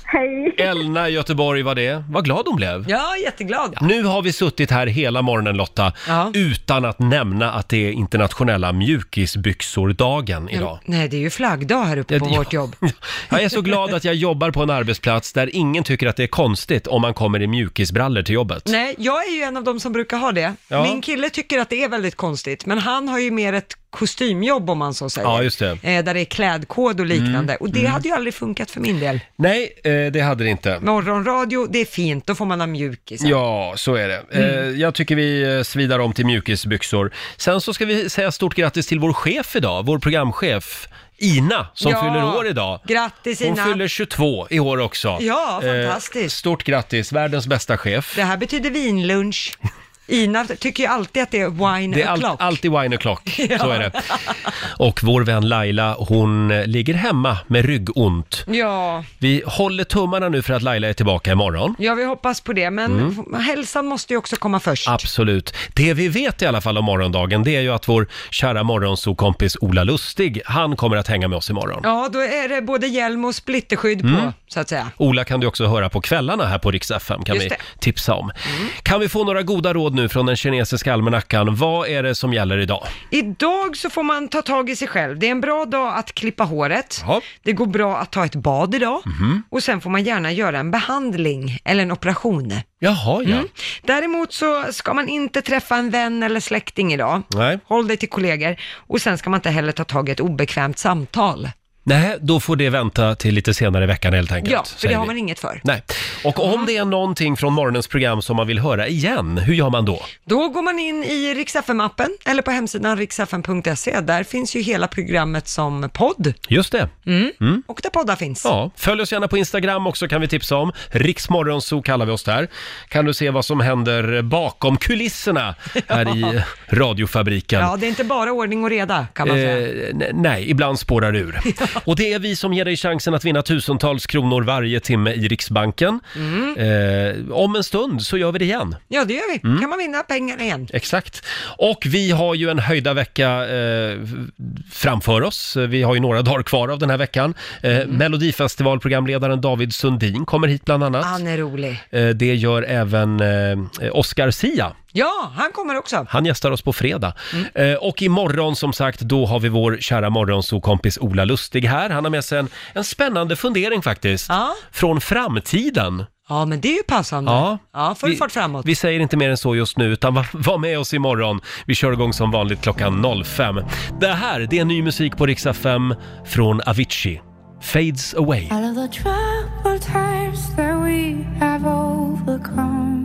[SPEAKER 8] Hej.
[SPEAKER 1] Elna i Göteborg var det. Vad glad hon blev.
[SPEAKER 2] Ja, jätteglad.
[SPEAKER 1] Nu har vi suttit här hela morgonen Lotta, utan att nämna att det är internationella mjukisbyxor-dagen idag.
[SPEAKER 2] Nej, det är ju flaggdag här uppe på
[SPEAKER 1] Ja. (laughs)
[SPEAKER 2] vårt jobb.
[SPEAKER 1] Jag är så glad att jag jobbar på en arbetsplats där ingen tycker att det är konstigt om man kommer i mjukisbrallor till jobbet.
[SPEAKER 2] Nej, jag är ju en av dem som brukar ha det.
[SPEAKER 1] Ja.
[SPEAKER 2] Min kille tycker att det är väldigt konstigt, men han har ju mer ett kostymjobb om man så säger.
[SPEAKER 1] Ja, just det.
[SPEAKER 2] Eh, där det är klädkod och liknande.
[SPEAKER 1] Mm,
[SPEAKER 2] Och det
[SPEAKER 1] mm.
[SPEAKER 2] hade ju aldrig funkat för min del.
[SPEAKER 1] Nej, eh, det hade det inte.
[SPEAKER 2] Morgonradio, det är fint, då får man ha mjukisar.
[SPEAKER 1] Ja, så är det.
[SPEAKER 2] Mm.
[SPEAKER 1] Eh, jag tycker vi eh, svidar om till mjukisbyxor. Sen så ska vi säga stort grattis till vår chef idag, vår programchef Ina, som
[SPEAKER 2] Ja,
[SPEAKER 1] fyller år idag.
[SPEAKER 2] Grattis
[SPEAKER 1] Hon
[SPEAKER 2] Ina!
[SPEAKER 1] fyller 22 i år också.
[SPEAKER 2] Ja,
[SPEAKER 1] Eh,
[SPEAKER 2] fantastiskt.
[SPEAKER 1] stort grattis, världens bästa chef. (laughs)
[SPEAKER 2] Det här betyder vinlunch. Ina tycker ju alltid att det är wine
[SPEAKER 1] Det är
[SPEAKER 2] o'clock.
[SPEAKER 1] all, alltid wine
[SPEAKER 2] (laughs)
[SPEAKER 1] o'clock, så är det. Och vår vän Laila, hon eh, ligger hemma med ryggont.
[SPEAKER 2] Ja.
[SPEAKER 1] Vi håller tummarna nu för att Laila är tillbaka imorgon.
[SPEAKER 2] ja, vi hoppas på det, men
[SPEAKER 1] Mm.
[SPEAKER 2] hälsan måste ju också komma först.
[SPEAKER 1] Absolut. Det vi vet i alla fall om morgondagen, det är ju att vår kära morgonsokompis Ola Lustig, han kommer att hänga med oss imorgon.
[SPEAKER 2] Ja, då är det både hjälm och splitterskydd
[SPEAKER 1] Mm.
[SPEAKER 2] på, så att säga.
[SPEAKER 1] Ola kan du också höra på kvällarna här på Rix FM, kan
[SPEAKER 2] Just
[SPEAKER 1] vi
[SPEAKER 2] det. Mm.
[SPEAKER 1] tipsa om. Kan vi få några goda råd nu från den kinesiska almanackan? Vad är det som gäller idag?
[SPEAKER 2] Idag så får man ta tag i sig själv. Det är en bra dag att klippa håret. Det går bra att ta ett bad idag.
[SPEAKER 1] Mhm.
[SPEAKER 2] Och sen får man gärna göra en behandling eller en operation.
[SPEAKER 1] Jaha, ja.
[SPEAKER 2] Mm. Däremot så ska man inte träffa en vän eller släkting idag.
[SPEAKER 1] Nej.
[SPEAKER 2] Håll dig till kollegor. Och sen ska man inte heller ta tag i ett obekvämt samtal.
[SPEAKER 1] Nej, då får det vänta till lite senare i veckan helt enkelt.
[SPEAKER 2] ja, för det
[SPEAKER 1] säger
[SPEAKER 2] har
[SPEAKER 1] vi.
[SPEAKER 2] man Mm. inget för.
[SPEAKER 1] Nej. Och om det är någonting från morgonens program som man vill höra igen, hur gör man då?
[SPEAKER 2] Då går man in i riksfm-appen eller på hemsidan riksfm.se. E. Där finns ju hela programmet som podd.
[SPEAKER 1] Just det.
[SPEAKER 2] Mm.
[SPEAKER 1] Mm.
[SPEAKER 2] Och där poddar finns.
[SPEAKER 1] Ja, följ oss gärna på Instagram också kan vi tipsa om. Riksmorgonso kallar vi oss där. Kan du se vad som händer bakom
[SPEAKER 2] (laughs)
[SPEAKER 1] kulisserna här i radiofabriken.
[SPEAKER 2] Ja, det är inte bara ordning och reda kan man säga.
[SPEAKER 1] Eh, ne- nej, ibland spårar
[SPEAKER 2] (laughs)
[SPEAKER 1] ur. Och det är vi som ger dig chansen att vinna tusentals kronor varje timme i Riksbanken.
[SPEAKER 2] Mm.
[SPEAKER 1] Eh, om en stund så gör vi det igen.
[SPEAKER 2] Ja, det gör vi.
[SPEAKER 1] Mm.
[SPEAKER 2] Kan man vinna pengar igen.
[SPEAKER 1] Exakt. Och vi har ju en höjda vecka eh, framför oss. Vi har ju några dagar kvar av den här veckan. Eh,
[SPEAKER 2] Mm.
[SPEAKER 1] Melodifestivalprogramledaren David Sundin kommer hit bland annat.
[SPEAKER 2] Han är rolig.
[SPEAKER 1] Eh, det gör även eh, Oscar Sia.
[SPEAKER 2] Ja, han kommer också.
[SPEAKER 1] Han gästar oss på fredag. Eh, och imorgon som sagt, då har vi vår kära morgonsokompis Ola Lustig här. Han har med sig en, en spännande fundering faktiskt. Från framtiden.
[SPEAKER 2] Ja, men det är ju passande.
[SPEAKER 1] Ja.
[SPEAKER 2] Ja, full
[SPEAKER 1] Vi-
[SPEAKER 2] fart framåt.
[SPEAKER 1] Vi säger inte mer än så just nu, utan var, (laughs) var med oss imorgon. Vi kör igång som vanligt klockan 05. Det här, det är ny musik på Riksa 5 från Avicii. Fades away.
[SPEAKER 4] Out of the troubled times that we have overcome,